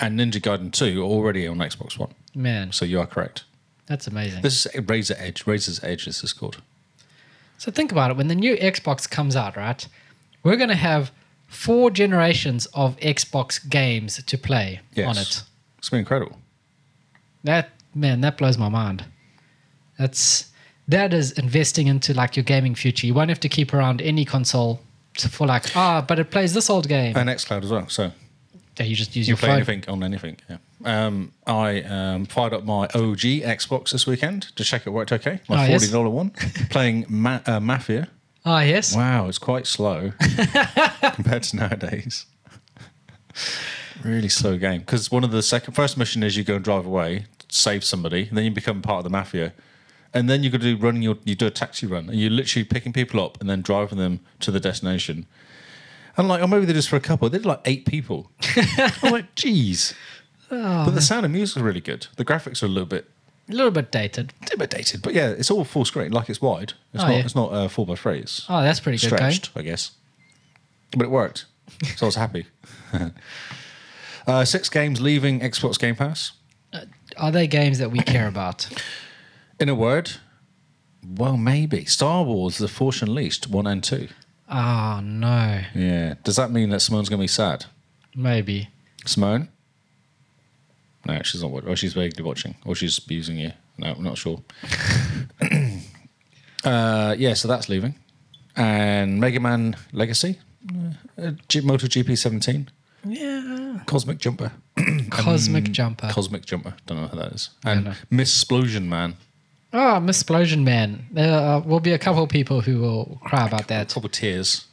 B: and Ninja Garden 2 are already on Xbox One.
A: Man,
B: So you are correct.
A: that's amazing.
B: This is Razor Edge. Razor's Edge is this called.
A: So think about it. When the new Xbox comes out, right, we're going to have four generations of Xbox games to play
B: Yes.
A: on it.
B: It's been incredible.
A: That man, that blows my mind. That's that is investing into like your gaming future. You won't have to keep around any console to, for like ah, but it plays this old game.
B: and xCloud as well. So
A: Yeah, you just use
B: Uh, you
A: your
B: play
A: phone.
B: anything on anything. Yeah. Um, I um, fired up my OG Xbox this weekend to check it worked okay. My
A: Oh,
B: forty
A: yes.
B: dollar one, playing Ma- uh, Mafia.
A: Ah, yes.
B: Wow, it's quite slow compared to nowadays. really slow game because one of the second first mission is you go and drive away, save somebody, and then you become part of the mafia. And then you got to do running your you do a taxi run and you're literally picking people up and then driving them to the destination. And like, oh maybe they're just for a couple. They did like eight people. I'm like, geez. but
A: Oh.
B: the sound and music are really good. The graphics are a little bit
A: A little bit dated.
B: intimidated, but yeah, it's all full screen. Like it's wide. It's
A: Oh,
B: not.
A: yeah.
B: It's not uh, four by three. It's
A: Oh, that's pretty good going.
B: stretched, I guess. But it worked, so I was happy. uh, six games leaving Xbox Game Pass.
A: Are they games that we care about?
B: In a word, Well, maybe Star Wars: The Force Unleashed one and two.
A: Oh no,
B: Yeah. Does that mean that Simone's gonna be sad?
A: maybe.
B: Simone? No, she's not. wa- Or she's vaguely watching, or she's abusing you. No, I'm not sure. uh, yeah, so that's leaving, and Mega Man Legacy, uh, G- MotoGP 17,
A: Yeah.
B: Cosmic Jumper, Um,
A: Cosmic Jumper.
B: Cosmic Jumper. Don't know who that is.
A: don't
B: And
A: know.
B: Miss Splosion Man.
A: oh, Miss Explosion Man. There uh, will be a couple of people who will cry about
B: A
A: that.
B: couple of tears.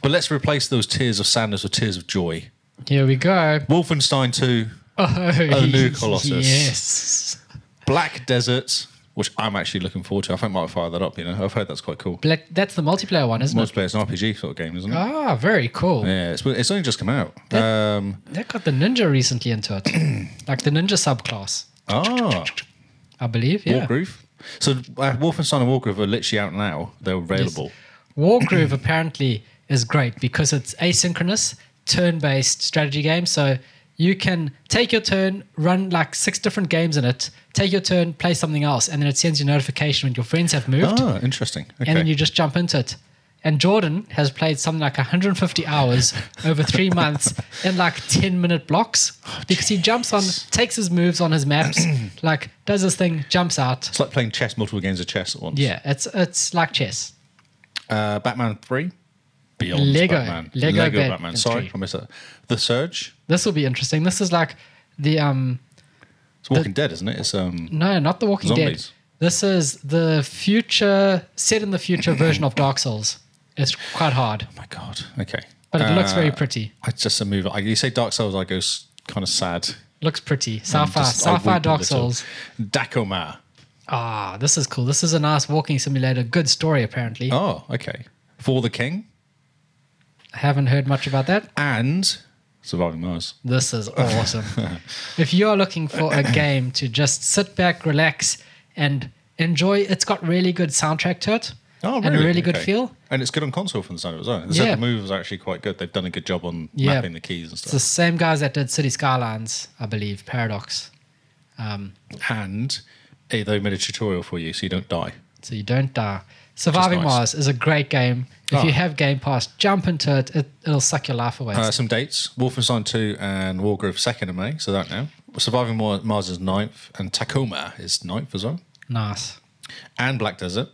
B: But let's replace those tears of sadness with tears of joy.
A: Here we go.
B: Wolfenstein 2,
A: Oh,
B: new Colossus.
A: Yes.
B: Black Desert, which I'm actually looking forward to. I think I might fire that up. You know, I've heard that's quite cool.
A: Black, that's the multiplayer one, isn't it?
B: Multiplayer, it's an RPG sort of game, isn't it?
A: Ah, very cool.
B: Yeah, it's, it's only just come out. Um,
A: They got the ninja recently into it, like the ninja subclass,
B: ah,
A: I believe. Yeah.
B: Wargroove. So uh, Wolfenstein and Wargroove are literally out now. They're available.
A: Wargroove apparently is great because it's asynchronous, turn based strategy game. So you can take your turn, run like six different games in it, take your turn, play something else, and then it sends you a notification when your friends have moved,
B: Ah, interesting. Okay.
A: and then you just jump into it. And Jordan has played something like 150 hours over three months in like 10 minute blocks
B: Oh,
A: because he jumps on, takes his moves on his maps, like does his thing, jumps out.
B: it's like playing chess, multiple games of chess at once.
A: Yeah, it's it's like chess.
B: Uh, Batman 3. Beyond
A: Lego.
B: Batman.
A: Lego Bat-
B: Batman. Sorry,
A: three.
B: I missed that. The Surge.
A: This will be interesting. This is like the um
B: It's Walking Dead, isn't it? It's um.
A: no, not the Walking Dead.
B: Zombies.
A: This is the future set in the future version of Dark Souls. It's quite hard,
B: Oh my God. Okay.
A: but it looks very
B: Uh,
A: pretty.
B: I just a move. I, you say Dark Souls, I go s- kind of sad.
A: Looks pretty. Sapphire,
B: Just- I
A: Sapphire
B: weep a
A: Dark
B: little.
A: Souls.
B: Dakoma.
A: Ah, this is cool. This is a nice walking simulator. Good story, apparently.
B: Oh, okay. For the King
A: I haven't heard much about that.
B: and Surviving Mars.
A: This is awesome. if you are looking for a game to just sit back, relax, and enjoy, it's got really good soundtrack to it.
B: Oh, really?
A: And a really good
B: Okay.
A: feel.
B: And it's good on console from the sound of it as well. The
A: Yeah.
B: second move was actually quite good. They've done a good job on
A: Yeah.
B: mapping the keys and
A: It's the
B: stuff.
A: same guys that did City Skylines, I believe, Paradox.
B: And eh, they made a tutorial for you so you don't die.
A: So you don't die. Surviving
B: nice.
A: Mars is a great game. If
B: Ah.
A: you have Game Pass, jump into it. it it'll suck your life away.
B: Uh, some dates Wolfenstein 2 and Wargroove 2nd of May, so that now. Surviving Mar- Mars is 9th, and Tacoma is 9th as well.
A: nice.
B: and Black Desert.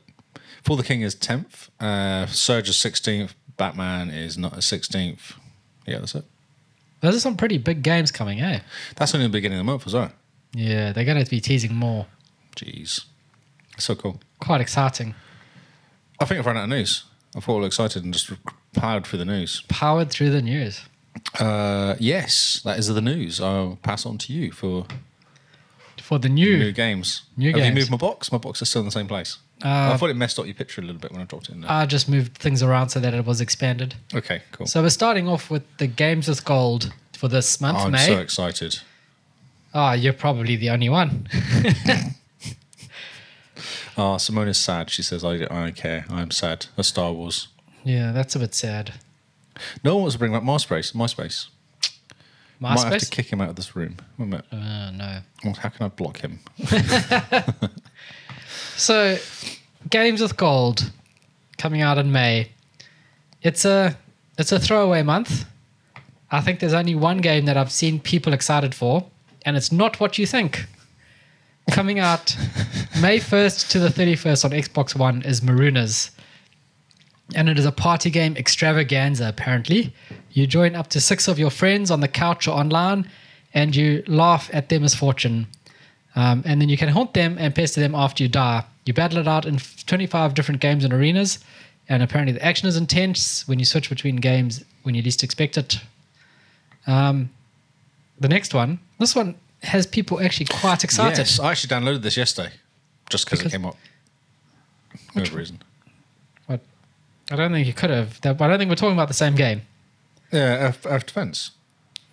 B: For the King is tenth. Uh, Surge is sixteenth. Batman is not sixteenth. Yeah, that's it.
A: Those are some pretty big games coming, eh?
B: That's only the beginning of the month as well.
A: Yeah, they're going to be teasing more.
B: Jeez, so cool.
A: Quite exciting. I
B: I think I've run out of news. I got all excited and just powered through the news.
A: Powered through the news.
B: Uh, yes, that is the news. I'll pass on to you for
A: For the new.
B: new games.
A: New
B: Have
A: games.
B: you moved my box? My box is still in the same place.
A: Uh,
B: I thought it messed up your picture a little bit when I dropped it in there.
A: I just moved things around so that it was expanded.
B: okay, cool.
A: So we're starting off with the games with gold for this month,
B: Oh, I'm
A: May.
B: so excited.
A: Ah, you're probably the only one.
B: Ah, Simone is sad. She says, I, I don't care. I'm sad. A Star Wars.
A: yeah, that's a bit sad.
B: No one wants to bring back MySpace. MySpace. Might have to
A: MySpace?
B: kick him out of this room. Wait a minute.
A: Uh, no.
B: Well, How can I block him?
A: So, Games with Gold coming out in May. It's a it's a throwaway month. I think there's only one game that I've seen people excited for, and it's not what you think. Coming out May 1st to the 31st on Xbox One is Marooners. And it is a party game extravaganza, apparently. You join up to six of your friends on the couch or online, and you laugh at their misfortune. Um, and then you can haunt them and pester them after you die. You battle it out in f- 25 different games and arenas, and apparently the action is intense when you switch between games when you least expect it. Um, the next one, this one has people actually quite excited.
B: Yes, I actually downloaded this yesterday just because it
A: Because-
B: came up. No reason.
A: I don't think you could have. That, I don't think we're talking about the same game.
B: Yeah, Earth, Earth Defense.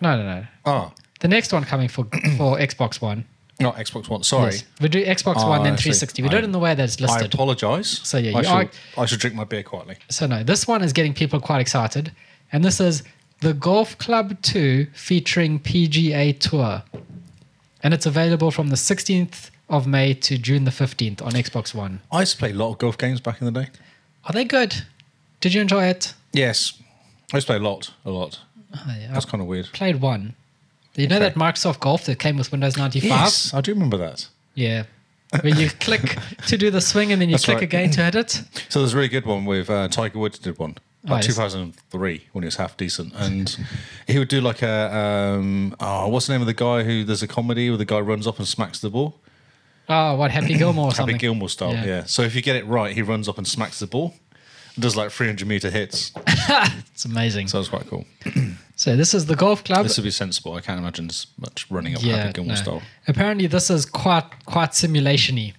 A: No, no, no.
B: Ah,
A: The next one coming for for Xbox One.
B: not Xbox One. Sorry.
A: Yes. We do Xbox
B: Oh,
A: One, then
B: I see.
A: 360. We do it in the way that it's
B: I
A: listed.
B: apologise.
A: So, yeah,
B: I
A: you
B: should,
A: are-
B: I should drink my beer quietly.
A: So no, this one is getting people quite excited, and this is the Golf Club 2 featuring PGA Tour, and it's available from the 16th of May to June the 15th on Xbox One.
B: I used to play a lot of golf games back in the day.
A: Are they good? Did you enjoy it?
B: Yes. I used to play a lot, a lot.
A: Oh, yeah, I
B: That's kind of weird.
A: played one. You know
B: Okay.
A: that Microsoft Golf that came with Windows 95?
B: Yes, I do remember that.
A: Yeah. Where you click to do the swing and then you
B: That's
A: click
B: right.
A: again to hit it.
B: So there's a really good one with uh, Tiger Woods did one. Like
A: Nice.
B: 2003 when he was half decent, and he would do like a um, oh, what's the name of the guy who there's a comedy where the guy runs up and smacks the ball,
A: Oh, what, Happy Gilmore or something?
B: Happy Gilmore style,
A: Yeah.
B: yeah. So if you get it right, he runs up and smacks the ball, and does like 300 meter hits.
A: It's amazing.
B: So it's quite cool.
A: So this is the golf club.
B: This would be sensible. I can't imagine as much running up Happy Gilmore
A: no.
B: style.
A: Apparently this is quite quite simulation-y.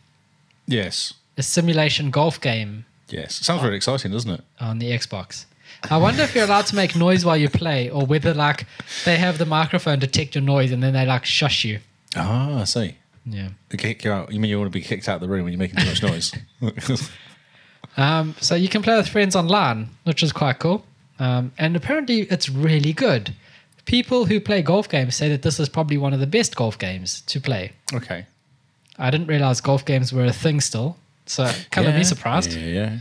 B: Yes,
A: A simulation golf game
B: yes. It sounds really exciting, doesn't it?
A: on the Xbox. I wonder if you're allowed to make noise while you play or whether like they have the microphone detect your noise and then they like shush you.
B: Ah, I see.
A: Yeah.
B: They kick you out. You mean you want to be kicked out of the room when you're making too much noise?
A: Um, so you can play with friends online, which is quite cool. Um, and apparently, it's really good. People who play golf games say that this is probably one of the best golf games to play.
B: okay.
A: I didn't realize golf games were a thing still, so kind of me
B: Yeah.
A: surprised.
B: Yeah, yeah.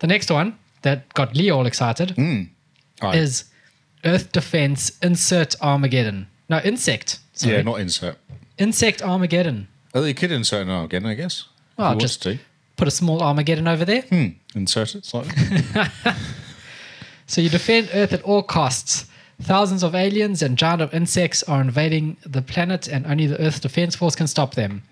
A: The next one that got Lee all excited
B: All right.
A: is Earth Defense Insert Armageddon. No, Insect. Sorry.
B: Yeah, not insert.
A: Insect Armageddon.
B: Oh, you could insert an again, I guess.
A: Well,
B: if you
A: just-
B: wanted
A: Put a small Armageddon over there.
B: to. Hmm. Insert it slightly.
A: So you defend Earth at all costs. Thousands of aliens and giant of insects are invading the planet, and only the Earth Defense Force can stop them.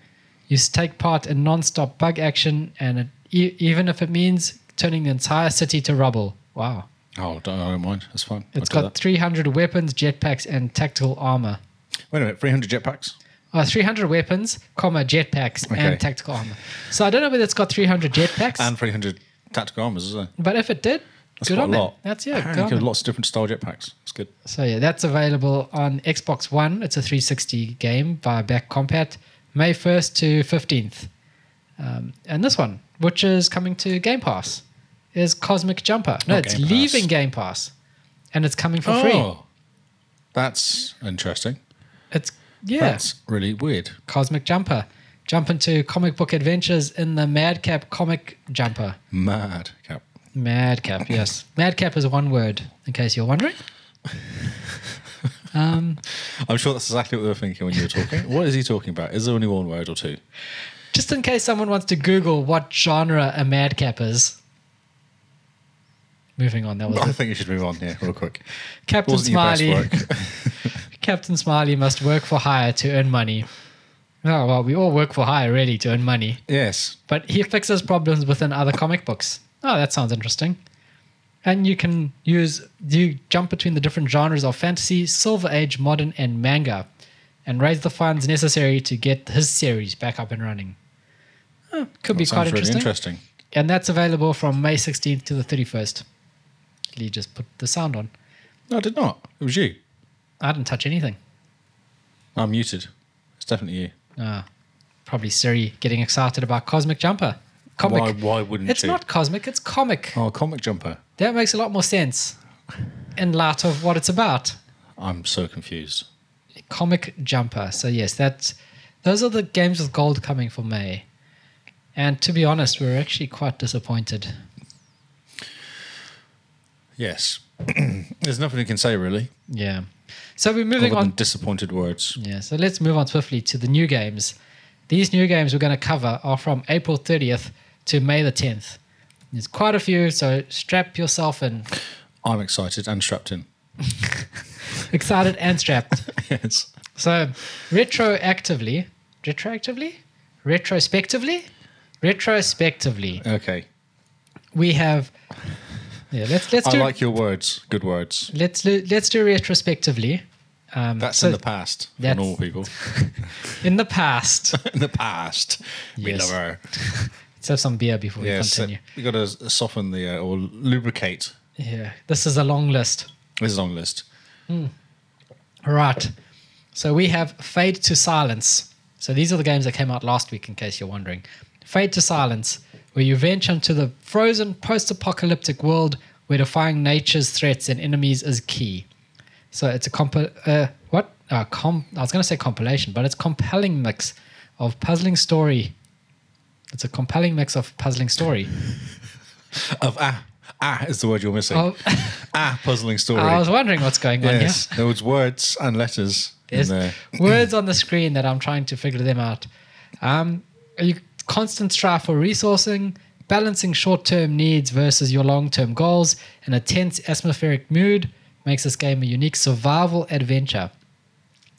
A: You s- take part in non-stop bug action, and it, e- even if it means turning the entire city to rubble. Wow!
B: oh, don't, I don't mind. That's fine.
A: It's
B: I'll do
A: got 300 weapons, jetpacks, and tactical armor.
B: that. Wait a minute, 300 jetpacks?
A: Uh, 300 weapons, comma jetpacks,
B: Okay.
A: and tactical armor. So I don't know whether it's got 300 jetpacks,
B: And 300 tactical armors, is there?
A: but if it did,
B: That's
A: good
B: quite
A: on
B: a
A: them.
B: lot.
A: That's yeah.
B: Apparently
A: good on
B: you
A: them.
B: got lots of different style jetpacks. It's good.
A: So yeah, that's available on Xbox One. It's a 360 game via back compat, May 1st to 15th. Um, and this one, which is coming to Game Pass, is Cosmic Jumper. No,
B: Oh,
A: it's
B: Game Pass. Oh.
A: leaving Game Pass, and it's coming for free.
B: That's interesting.
A: It's yeah,
B: That's really weird.
A: Cosmic Jumper. Jump into comic book adventures in the Madcap comic jumper.
B: Mad cap.
A: Madcap, yes. Madcap is one word, in case you're wondering. Um,
B: I'm sure that's exactly what they were thinking when you were talking. what is he talking about? Is there only one word or two?
A: Just in case someone wants to Google what genre a madcap is. Moving on, that was
B: I
A: it.
B: think you should move on here real quick.
A: Captain
B: Wasn't your best
A: Smiley.
B: work.
A: Captain Smiley must work for hire to earn money. Oh well, we all work for hire really to earn money,
B: yes.
A: but he fixes problems within other comic books. Oh, that sounds interesting. And you can use you jump between the different genres of fantasy, Silver Age, modern, and manga, and raise the funds necessary to get his series back up and running. Oh, could be
B: That
A: quite
B: sounds really
A: interesting.
B: interesting.
A: And that's available from May 16th to the 31st. Lee just put the sound on.
B: No, I did not. It was you.
A: I didn't touch anything.
B: I'm muted. It's definitely you.
A: Ah, probably Siri getting excited about Cosmic Jumper. Comic.
B: Why, why wouldn't
A: it's
B: you?
A: not cosmic, it's comic.
B: Oh, comic jumper.
A: That makes a lot more sense in light of what it's about.
B: I'm so confused.
A: Comic Jumper. So, yes, that's, those are the games with gold coming for May. And to be honest, we we're actually quite disappointed.
B: Yes. There's nothing you can say really.
A: Yeah. So, we're moving
B: Other
A: on
B: than disappointed words.
A: Yeah, so let's move on swiftly to the new games. These new games we're going to cover are from April 30th to May the 10th. There's quite a few, so strap yourself in.
B: I'm excited and strapped in.
A: Excited and strapped.
B: yes.
A: So, retroactively, retroactively? Retrospectively? Retrospectively,
B: Okay.
A: we have. Yeah, let's let's
B: I
A: do
B: like your words. Good words.
A: let's do- let's do retrospectively. Um,
B: That's
A: so
B: in the past for
A: that's-
B: normal people.
A: in the past.
B: in the past. We
A: Yes.
B: love her.
A: let's have some beer before we
B: Yes.
A: continue.
B: You got to soften the uh, or lubricate.
A: Yeah, this is a long list.
B: This is on the list.
A: Right. So we have Fade to Silence. So these are the games that came out last week, in case you're wondering. Fade to Silence, where you venture into the frozen post apocalyptic world where defying nature's threats and enemies is key. So it's a comp. Uh, what? Uh, com- I was going to say compilation, but it's compelling mix of puzzling story. It's a compelling mix of puzzling story.
B: Of ah, ah is the word you're missing.
A: Oh,
B: Ah, puzzling story.
A: I was wondering what's going on here.
B: yes, there was words and letters
A: There's
B: in there.
A: words on the screen that I'm trying to figure them out. Um, you constant strive for resourcing, balancing short-term needs versus your long-term goals, and a tense atmospheric mood makes this game a unique survival adventure.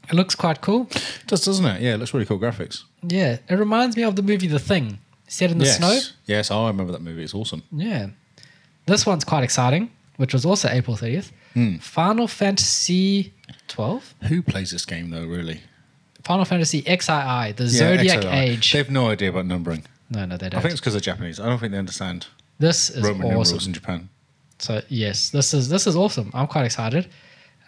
A: It looks quite cool.
B: Does doesn't it? Yeah, it looks really cool graphics.
A: Yeah, it reminds me of the movie The Thing, set in the
B: yes.
A: snow.
B: Yes, oh, I remember that movie. It's awesome.
A: Yeah, this one's quite exciting, which was also April 30th.
B: Hmm.
A: Final Fantasy 12,
B: Who plays this game though? Really?
A: Final Fantasy XII, the
B: Yeah,
A: Zodiac
B: XLR.
A: Age.
B: They have no idea about numbering.
A: No, no, they
B: I
A: don't.
B: think it's because they're Japanese. I don't think they understand
A: This is
B: Roman
A: awesome.
B: numerals in Japan.
A: So yes, this is this is awesome. I'm quite excited.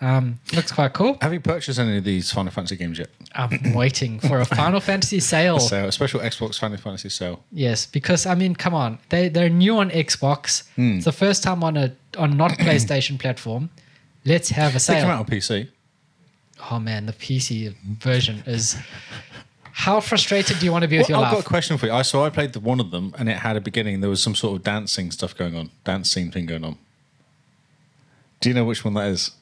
A: Um, looks quite cool.
B: Have you purchased any of these Final Fantasy games yet?
A: I'm waiting for a Final Fantasy sale.
B: So uh, a special Xbox Final Fantasy sale.
A: Yes, because I mean, come on, they they're new on Xbox.
B: Hmm.
A: It's the first time on a on not PlayStation platform. Let's have a
B: They came
A: sale.
B: out on PC.
A: Oh man, the PC version is. How frustrated do you want to be with
B: Well,
A: your
B: I've got
A: life?
B: a question for you. I so I played the one of them, and it had a beginning. There was some sort of dancing stuff going on, dance scene thing going on. Do you know which one that is?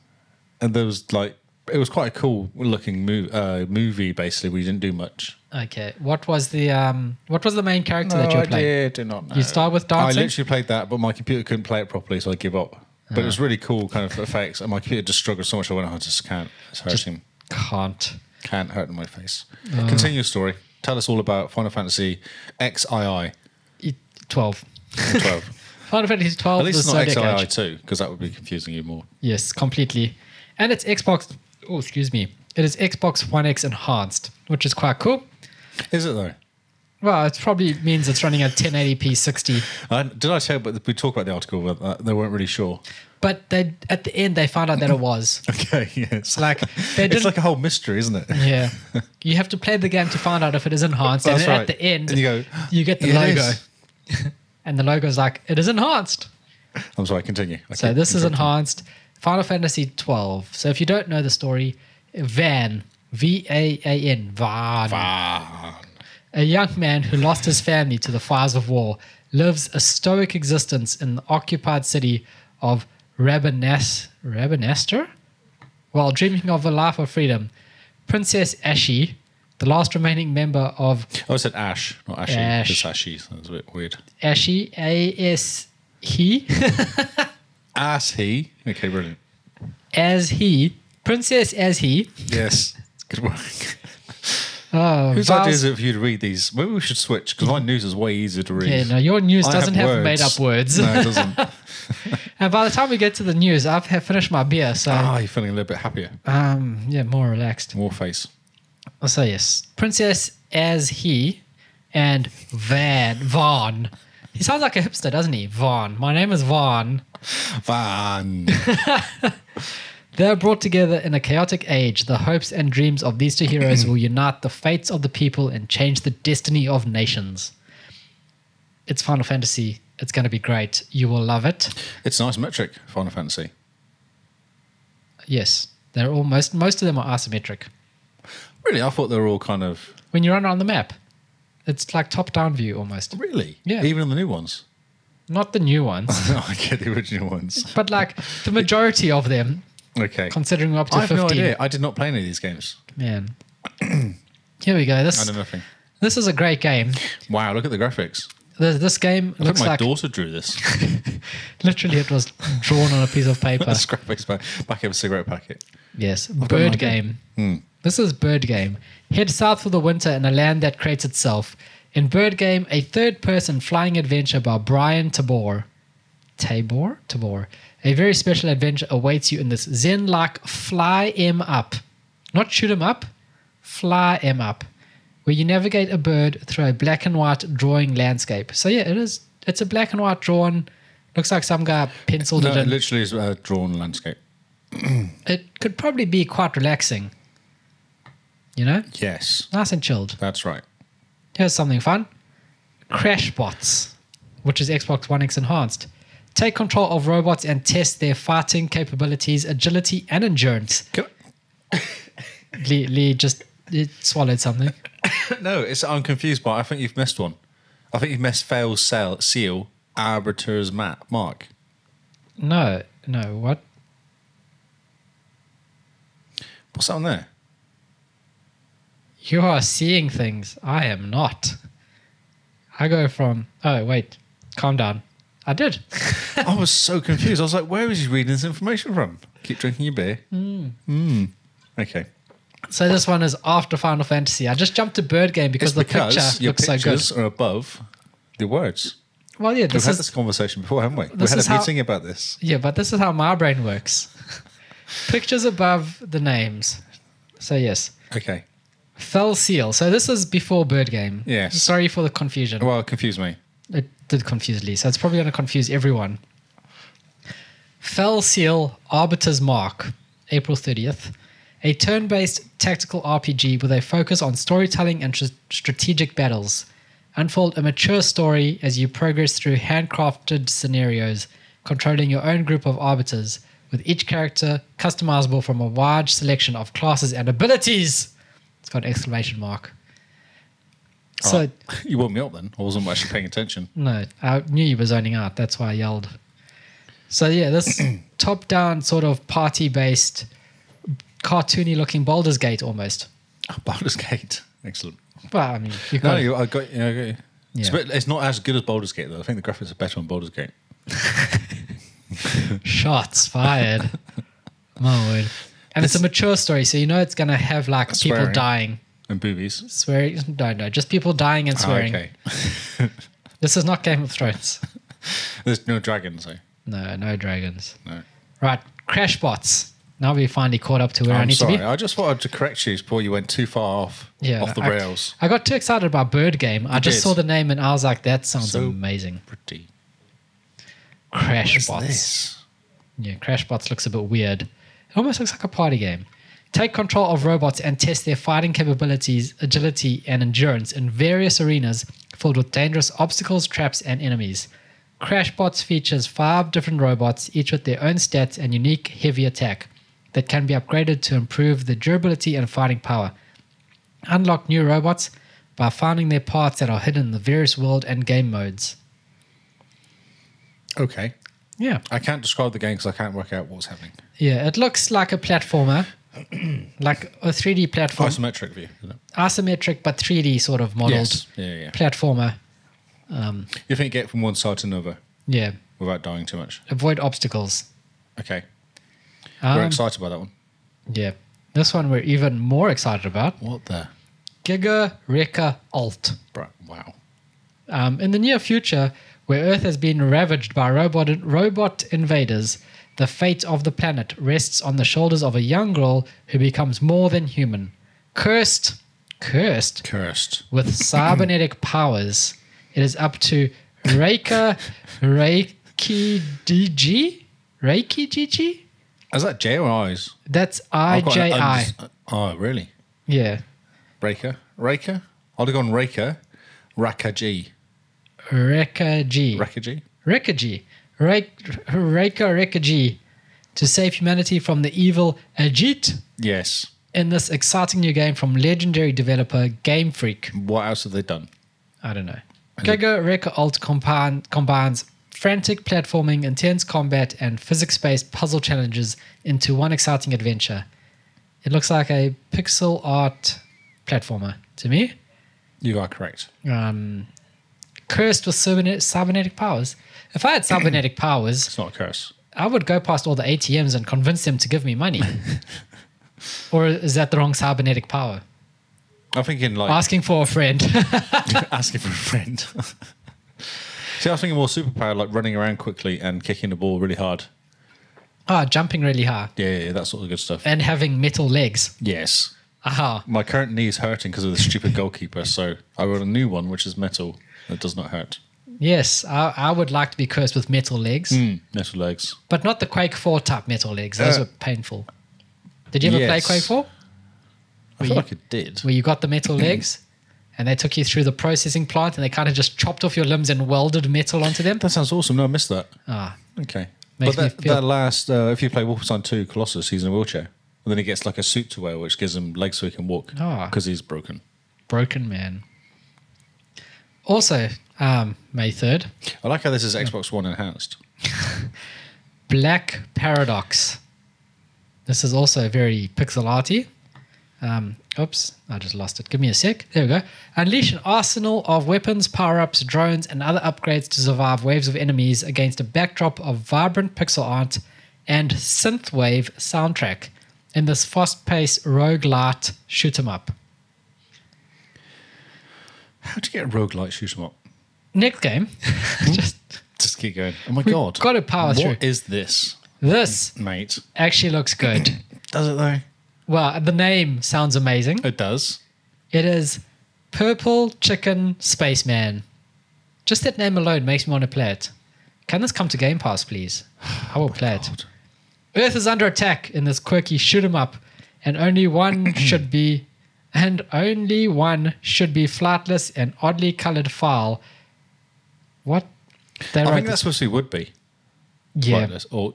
B: And there was like, it was quite a cool looking move, uh, movie. Basically, we didn't do much.
A: Okay, what was the um what was the main character that you were playing?
B: do not know.
A: You start with
B: I
A: dancing.
B: literally played that, but my computer couldn't play it properly, so I give up. But it
A: Ah.
B: was really cool, kind of effects, and my computer just struggled so much. I went, "Oh, I just can't. It's hurting.
A: Can't.
B: Can't hurt in my face."
A: Uh.
B: Continue your story. Tell us all about Final Fantasy XII
A: It- Twelve.
B: or twelve.
A: Final Fantasy twelve.
B: At least
A: the
B: it's not
A: Zodiac Age.
B: XII two, because that would be confusing you more.
A: Yes, completely. And it's Xbox. Oh, excuse me. It is Xbox One X enhanced, which is quite cool.
B: Is it though?
A: Well, it probably means it's running at 1080p 60.
B: I, did I tell? But we talked about the article, but uh, they weren't really sure.
A: But they at the end they found out that it was.
B: Okay, yes.
A: Like they
B: it's
A: didn't.
B: like a whole mystery, isn't it?
A: yeah, you have to play the game to find out if it is enhanced, and
B: Oh, That's
A: then
B: right.
A: at the end
B: And
A: you,
B: you go,
A: get the
B: "Yeah, it
A: logo,
B: is."
A: and the logo's like it is enhanced.
B: I'm sorry. Continue. I
A: So
B: keep
A: this is
B: interrupting.
A: enhanced Final Fantasy 12. So if you don't know the story, Van V A A N Van.
B: Ah,
A: A young man who lost his family to the fires of war lives a stoic existence in the occupied city of Rabanas- Rabanaster? While dreaming of a life of freedom, Princess Ashi, the last remaining member of
B: oh, I said Ash, not Ashy.
A: Ash.
B: It's Ashy. That's a bit weird.
A: Ashi, A S he,
B: Ass he. Okay, brilliant.
A: as he, Princess as he,
B: Yes. Good work.
A: uh,
B: Whose
A: vows-
B: idea is it for you to read these? Maybe we should switch because my news is way easier to read.
A: Yeah, no, your news
B: I
A: doesn't have, made up words.
B: No, it doesn't.
A: And by the time we get to the news, I've have finished my beer, so
B: Ah, you're feeling a little bit happier.
A: um, yeah, more relaxed.
B: More face.
A: So yes, Princess as he and Van Vaughn. He sounds like a hipster, doesn't he? Vaughn. My name is Vaughn.
B: Van.
A: They are brought together in a chaotic age. The hopes and dreams of these two heroes will unite the fates of the people and change the destiny of nations. It's Final Fantasy. It's going to be great. You will love it.
B: It's an isometric Final Fantasy.
A: Yes, they're all most most of them are asymmetric.
B: Really, I thought they were all kind of
A: When you run around the map, it's like top-down view almost.
B: really.
A: Yeah.
B: Even the new ones.
A: Not the new ones,
B: no, I get the original ones.
A: but like the majority of them
B: Okay.
A: considering we're up to
B: I have
A: 15.
B: no idea. I did not play any of these games.
A: Man. Here we go.
B: I
A: This
B: know nothing.
A: this is a great game.
B: Wow, look at the graphics.
A: This, this game
B: I think
A: looks
B: my
A: like
B: daughter drew this.
A: literally it was drawn on a piece of paper.
B: That's graphics back, back of a cigarette packet.
A: yes,
B: no
A: Bird
B: idea.
A: Game.
B: Hmm.
A: This is Bird Game. Head south for the winter in a land that creates itself. In Bird Game, a third-person flying adventure by Brian Tabor. Tabor? Tabor. A very special adventure awaits you in this Zen-like fly em up. Not shoot 'em up, fly em up, where you navigate a bird through a black and white drawing landscape. So yeah, it is it's a black and white drawn looks like some guy penciled
B: No,
A: it
B: it
A: in.
B: literally is a drawn landscape.
A: it could probably be quite relaxing. You know?
B: Yes,
A: Nice and chilled.
B: that's right.
A: Here's something fun Crash Bots, which is Xbox One X enhanced. Take control of robots and test their fighting capabilities, agility, and endurance.
B: Can I-
A: Lee, Lee just he swallowed something.
B: no, it's I'm confused by. it. I think you've missed one. I think you've missed fail sell, seal arbiter's map mark.
A: No, no, what?
B: What's that on there?
A: You are seeing things. I am not. I go from, oh, wait, calm down. I did.
B: I was so confused. I was like, where is he reading this information from? Keep drinking your beer. Mm.
A: Hmm.
B: Okay.
A: so this one is after Final Fantasy. I just jumped to Bird Game because
B: It's
A: the
B: because
A: picture
B: your
A: looks so good.
B: pictures are above the words.
A: Well, yeah,
B: We've
A: this
B: had
A: is
B: this conversation before, haven't we? We
A: this
B: had
A: is
B: a
A: how-
B: meeting about this.
A: yeah, but this is how my brain works. Pictures above the names. So yes,
B: Okay.
A: Fell Seal. So this is before Bird Game.
B: Yes.
A: Sorry for the confusion.
B: Well, confuse me.
A: It did confuse Lee, so it's probably going to confuse everyone. Fell Seal Arbiter's Mark, April 30th. A turn based tactical RPG with a focus on storytelling and tr- strategic battles. Unfold a mature story as you progress through handcrafted scenarios, controlling your own group of arbiters, with each character customizable from a wide selection of classes and abilities. It's got an exclamation mark. So
B: Oh, you woke me up then. I wasn't actually paying attention.
A: no, I knew you were zoning out. That's why I yelled. So yeah, this top-down sort of party-based, cartoony-looking Baldur's Gate almost.
B: Oh, Baldur's Gate. Excellent.
A: Well, I mean, you
B: No,
A: got
B: you, I got you. I got you. It's, a
A: Yeah.
B: bit, it's not as good as Baldur's Gate, though. I think the graphics are better on Baldur's Gate.
A: shots fired. My word. And it's a
B: This-
A: mature story, so you know it's gonna have like people
B: Swearing.
A: dying,
B: And boobies.
A: swearing. No, no, just people dying and
B: Ah,
A: swearing.
B: okay.
A: This is not Game of Thrones.
B: There's no dragons, though.
A: No, no dragons.
B: No.
A: Right, crash bots. Now we finally caught up to where i
B: I'm
A: need
B: sorry.
A: to
B: I just wanted to correct you before you went too far off
A: be. Yeah,
B: off the
A: I-
B: rails.
A: I got too excited about Bird Game. I just
B: did.
A: saw the name and I was like, that sounds
B: So-
A: amazing.
B: Pretty.
A: Crash
B: What's
A: Bots.
B: this?
A: Yeah, Crash Bots looks a bit weird. It almost looks like a party game. Take control of robots and test their fighting capabilities, agility, and endurance in various arenas filled with dangerous obstacles, traps, and enemies. Crash Bots features five different robots, each with their own stats and unique heavy attack that can be upgraded to improve the durability and fighting power. Unlock new robots by finding their parts that are hidden in the various world and game modes.
B: Okay.
A: Yeah.
B: I can't describe the game because I can't work out what's happening.
A: Yeah, it looks like a platformer, like a 3D platform,
B: Isometric view. Isn't it?
A: isometric but 3D sort of modeled
B: Yes. Yeah, yeah.
A: platformer.
B: You think get from one side to another
A: Yeah,
B: without dying too much.
A: avoid obstacles.
B: Okay. We're
A: Um,
B: excited by that one.
A: yeah, this one we're even more excited about
B: What the?
A: Giga Reka Alt.
B: Bro, wow.
A: Um, in the near future, where Earth has been ravaged by robot, robot invaders, the fate of the planet rests on the shoulders of a young girl who becomes more than human. Cursed, cursed
B: Cursed.
A: with cybernetic powers. It is up to Reika Reiki DG? Reiki GG?
B: Is that J or I's?
A: That's
B: I've got an
A: IJI.
B: unders- oh, really?
A: Yeah.
B: Raker? Raker? I'd have gone Raker. Raka G.
A: Reka G.
B: Raka G?
A: Reka G. Rek- Reika Reka G. To save humanity from the evil Ajit
B: Yes.
A: in this exciting new game from legendary developer Game Freak.
B: What else have they done?
A: I don't know. Giga Reka Alt combine, combines frantic platforming, intense combat, and physics based puzzle challenges into one exciting adventure. It looks like a pixel art platformer to me.
B: You are correct.
A: Um, cursed with cyberne- cybernetic powers. If I had cybernetic powers,
B: It's not a curse.
A: I would go past all the ATMs and convince them to give me money. or is that the wrong cybernetic power?
B: I'm thinking like
A: Asking for a friend.
B: asking for a friend. See, I was thinking more superpower, like running around quickly and kicking the ball really hard.
A: ah, jumping really high
B: Yeah, yeah, yeah that sort of good stuff.
A: and having metal legs.
B: Yes.
A: Aha.
B: My current knee is hurting because of the stupid goalkeeper, so I wrote a new one, which is metal. That does not hurt.
A: Yes, I, I would like to be cursed with metal legs,
B: Hmm, Metal legs.
A: but not the Quake 4 type metal legs. Those
B: Mm. Uh,
A: were painful. Did you ever play
B: yes.
A: Quake 4?
B: I
A: you-
B: feel like it did.
A: Where you got the metal legs and they took you through the processing plant and they kind of just chopped off your limbs and welded metal onto them?
B: That sounds awesome. No, I missed that.
A: Ah,
B: Okay.
A: Makes
B: but
A: me
B: that,
A: feel-
B: that last, uh, if you play Wolfenstein 2 Colossus, he's in a wheelchair. And then he gets like a suit to wear, which gives him legs so he can walk
A: Ah.
B: because he's broken.
A: Broken Man. Also, um, May 3rd,
B: I like how this is Xbox One enhanced.
A: Black Paradox. This is also very pixel arty. Um, oops, I just lost it. Give me a sec. There we go. Unleash an arsenal of weapons, power ups, drones, and other upgrades to survive waves of enemies against a backdrop of vibrant pixel art and synthwave soundtrack in this fast paced roguelite shoot 'em up.
B: How do you get a roguelike shoot 'em up?
A: Next game. just
B: Just keep going. Oh my
A: We've
B: god.
A: gotta power
B: What
A: through.
B: is this,
A: this
B: mate?
A: actually looks good.
B: Does it though?
A: Well, the name sounds amazing.
B: It does.
A: It is Purple Chicken Spaceman. Just that name alone makes me want to play it. Can this come to Game Pass, please? I will play it.
B: God.
A: Earth is under attack in this quirky shoot 'em up, and only one should be, and only one should be flightless and oddly colored file. What? They
B: I
A: wrote
B: think
A: this-
B: that's supposed to be would be.
A: yeah,
B: Like this, or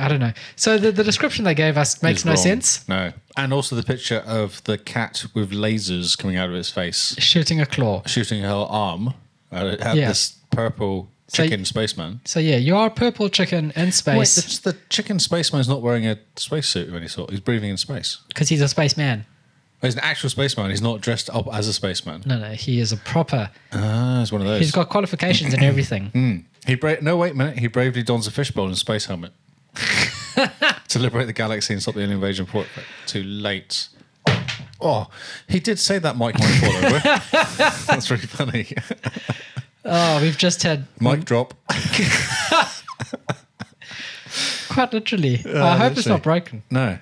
A: I don't know. So the, the description they gave us makes
B: is
A: no
B: wrong.
A: sense.
B: No. And also the picture of the cat with lasers coming out of its face,
A: Shooting a claw.
B: shooting her arm at, at
A: Yeah.
B: this purple
A: So y-
B: chicken spaceman.
A: So yeah, you are a purple chicken in
B: Wait,
A: space
B: the, the chicken spaceman's not wearing a spacesuit of any sort. He's breathing in space. Oh,
A: because he's a spaceman.
B: He's an actual spaceman. He's not dressed up as a spaceman.
A: No, no, he is a proper.
B: Ah, he's one of those.
A: He's got qualifications and everything.
B: He bra- no, wait a minute. He bravely dons a fishbowl and a space helmet to liberate the galaxy and stop the alien invasion. Port- too late. Oh, he did say that Mike might fall over. That's really funny.
A: Oh, we've just had
B: Mic drop.
A: quite literally. I hope it's
B: literally.
A: not broken.
B: No,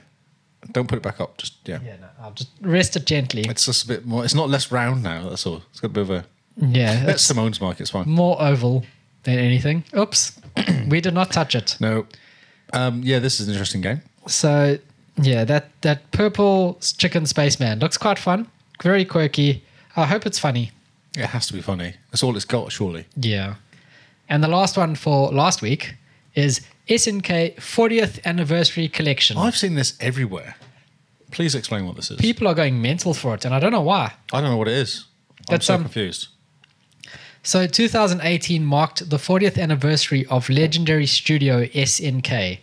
B: don't put it back up. Just yeah.
A: Yeah, no, I'll just rest it gently.
B: It's just a bit more. It's not less round now. That's all. It's got a bit of a.
A: Yeah,
B: That's
A: it's
B: Simone's mic. It's fine.
A: more oval than anything. Oops, we did not touch it.
B: No. Um, yeah, this is an interesting game.
A: So yeah, that that purple s- chicken spaceman looks quite fun. Very quirky. I hope it's funny.
B: It has to be funny. That's all it's got, surely.
A: Yeah. And the last one for last week is SNK 40th anniversary collection.
B: I've seen this everywhere. Please explain what this is.
A: People are going mental for it, and I don't know why.
B: I don't know what it is. I'm
A: That's,
B: so
A: um,
B: confused.
A: So 2018 marked the 40th anniversary of legendary studio SNK.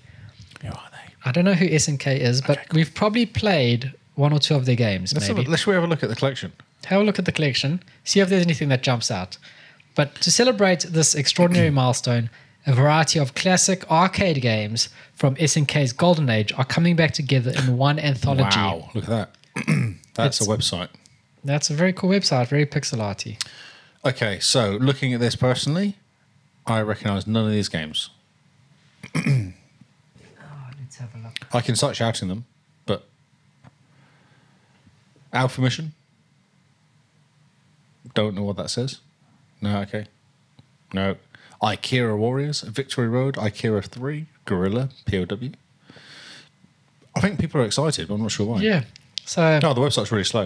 B: Who are they?
A: I don't know who SNK is, but we've probably played one or two of their games,
B: Let's, have a,
A: maybe.
B: let's shall we have a look at the collection.
A: Have a look at the collection, see if there's anything that jumps out. But to celebrate this extraordinary milestone, a variety of classic arcade games from SNK's golden age are coming back together in one anthology.
B: Wow, look at that. That's a website.
A: That's a very cool website, very pixel arty.
B: Okay, so looking at this personally, I recognise none of these games.
A: Let's have a look.
B: I can start shouting them, but Alpha Mission. Don't know what that says. No, okay. No. Ikira Warriors, Victory Road, Ikira 3, Gorilla, POW. I think people are excited, but I'm not sure why.
A: Yeah. So
B: No, the website's really slow.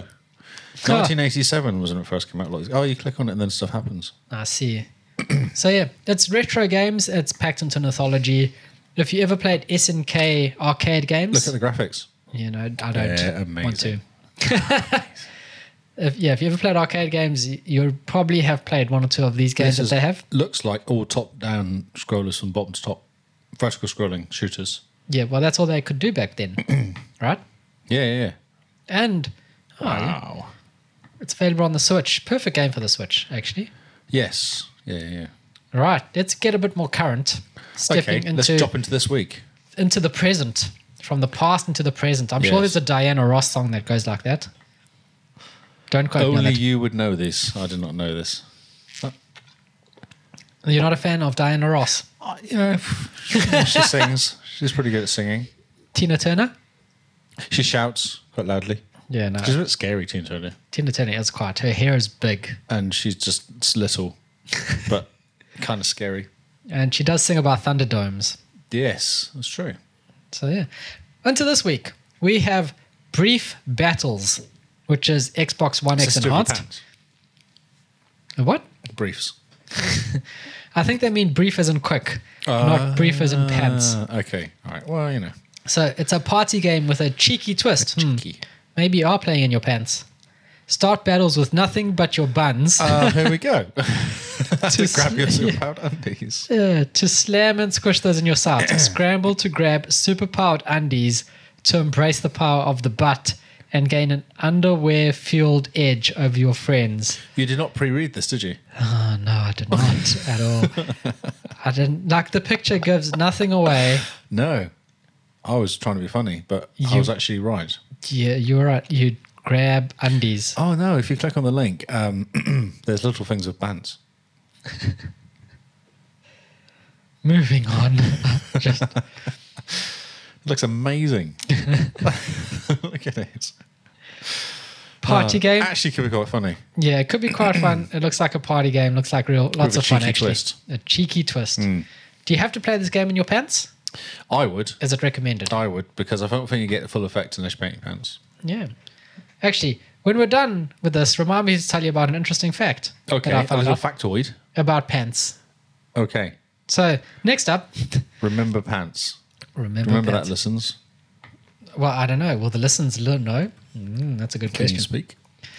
B: 1987 was when it first came out. Like, oh, you click on it and then stuff happens.
A: I see. so yeah, it's retro games. It's packed into mythology. If you ever played SNK arcade
B: Look
A: games,
B: at the graphics.
A: you know I don't
B: They're
A: want to.
B: amazing.
A: if, yeah, if you ever played arcade games, y- you'll probably have played one or two of these games
B: This
A: that
B: is-
A: they have.
B: Looks like all top-down scrollers from bottom to top, vertical scrolling shooters.
A: Yeah, well that's all they could do back then, right?
B: Yeah, yeah. yeah.
A: And oh,
B: Wow.
A: it's available on the Switch. Perfect game for the Switch, actually.
B: Yes. Yeah, yeah. yeah.
A: Right, let's get a bit more current. Stepping
B: Okay, let's
A: into
B: jump into this week.
A: into the present, from the past into the present. I'm sure
B: Yes.
A: there's a Diana Ross song that goes like that. Don't quote me on
B: Only
A: that.
B: you would know this. I did not know this.
A: You're not a fan of Diana Ross,
B: I- Uh, you know, she sings. She's pretty good at singing.
A: Tina Turner.
B: She shouts quite loudly.
A: Yeah, no,
B: She's a bit scary, Tina Turner.
A: Tina Turner is quite. Her hair is big,
B: and she's just it's little, but kind of scary.
A: and she does sing about thunderdomes.
B: Yes, that's true.
A: So yeah. Until this week, we have Brief Battles, which is Xbox One X
B: It's a stupid
A: enhanced.
B: pants.
A: What?
B: Briefs.
A: I think they mean brief as in quick, not brief as in pants.
B: Uh, okay. All right. Well, you know.
A: So it's a party game with a cheeky twist. Hmm.
B: Cheeky.
A: Maybe you are playing in your pants. Start battles with nothing but your buns.
B: Uh, here we go. to
A: Just-
B: grab your superpowered undies.
A: Uh, to slam and squish those in your sight. Scramble to grab superpowered undies to embrace the power of the butt and gain an underwear fueled edge over your friends.
B: You did not pre-read this, did you?
A: Oh, no, I did not at all. I didn't like the picture gives nothing away.
B: No. I was trying to be funny, but I
A: You-
B: was actually right.
A: Yeah, you're right. You grab undies.
B: Oh no! If you click on the link, um, there's little things with bands.
A: Moving on. Just,
B: It looks amazing. Look at it.
A: Party game?
B: Actually, could be quite funny.
A: yeah, it could be quite fun. It looks like a party game. Looks like real lots
B: a
A: of fun.
B: cheeky
A: Actually,
B: twist. Hmm.
A: a cheeky twist. Do you have to play this game in your pants?
B: I would.
A: Is it recommended?
B: I would because I don't think you get the full effect unless you paint your pants.
A: Yeah. Actually, when we're done with this, remind me to tell you about an interesting fact that
B: Okay,
A: I
B: a
A: found
B: little
A: out
B: factoid.
A: about pants.
B: Okay,
A: So next up,
B: remember pants.
A: remember,
B: Remember
A: pants.
B: that, listens.
A: Well, I don't know. Will the listeners learn? No, mm, that's a good
B: Can you
A: question.
B: speak?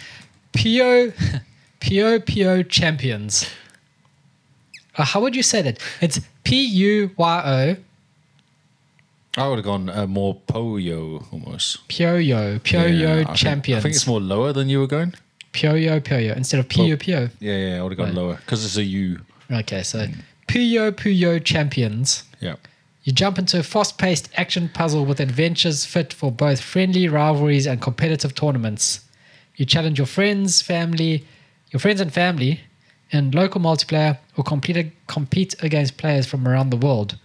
A: Pio, Pio Pio champions. Uh, how would you say that? It's P U Y O
B: I would have gone uh, more poyo almost.
A: Pioyo
B: Yeah, I
A: Pioyo
B: think-
A: champions.
B: I think it's more lower than you were going.
A: Pioyo Pioyo instead of Pio Pio.
B: Yeah, yeah, I would have gone
A: Right.
B: lower because it's a U.
A: Okay, so Pio Pio champions.
B: Mm. Yeah.
A: You jump into a fast paced action puzzle with adventures fit for both friendly rivalries and competitive tournaments. You challenge your friends, family, your friends and family in local multiplayer or complete, compete against players from around the world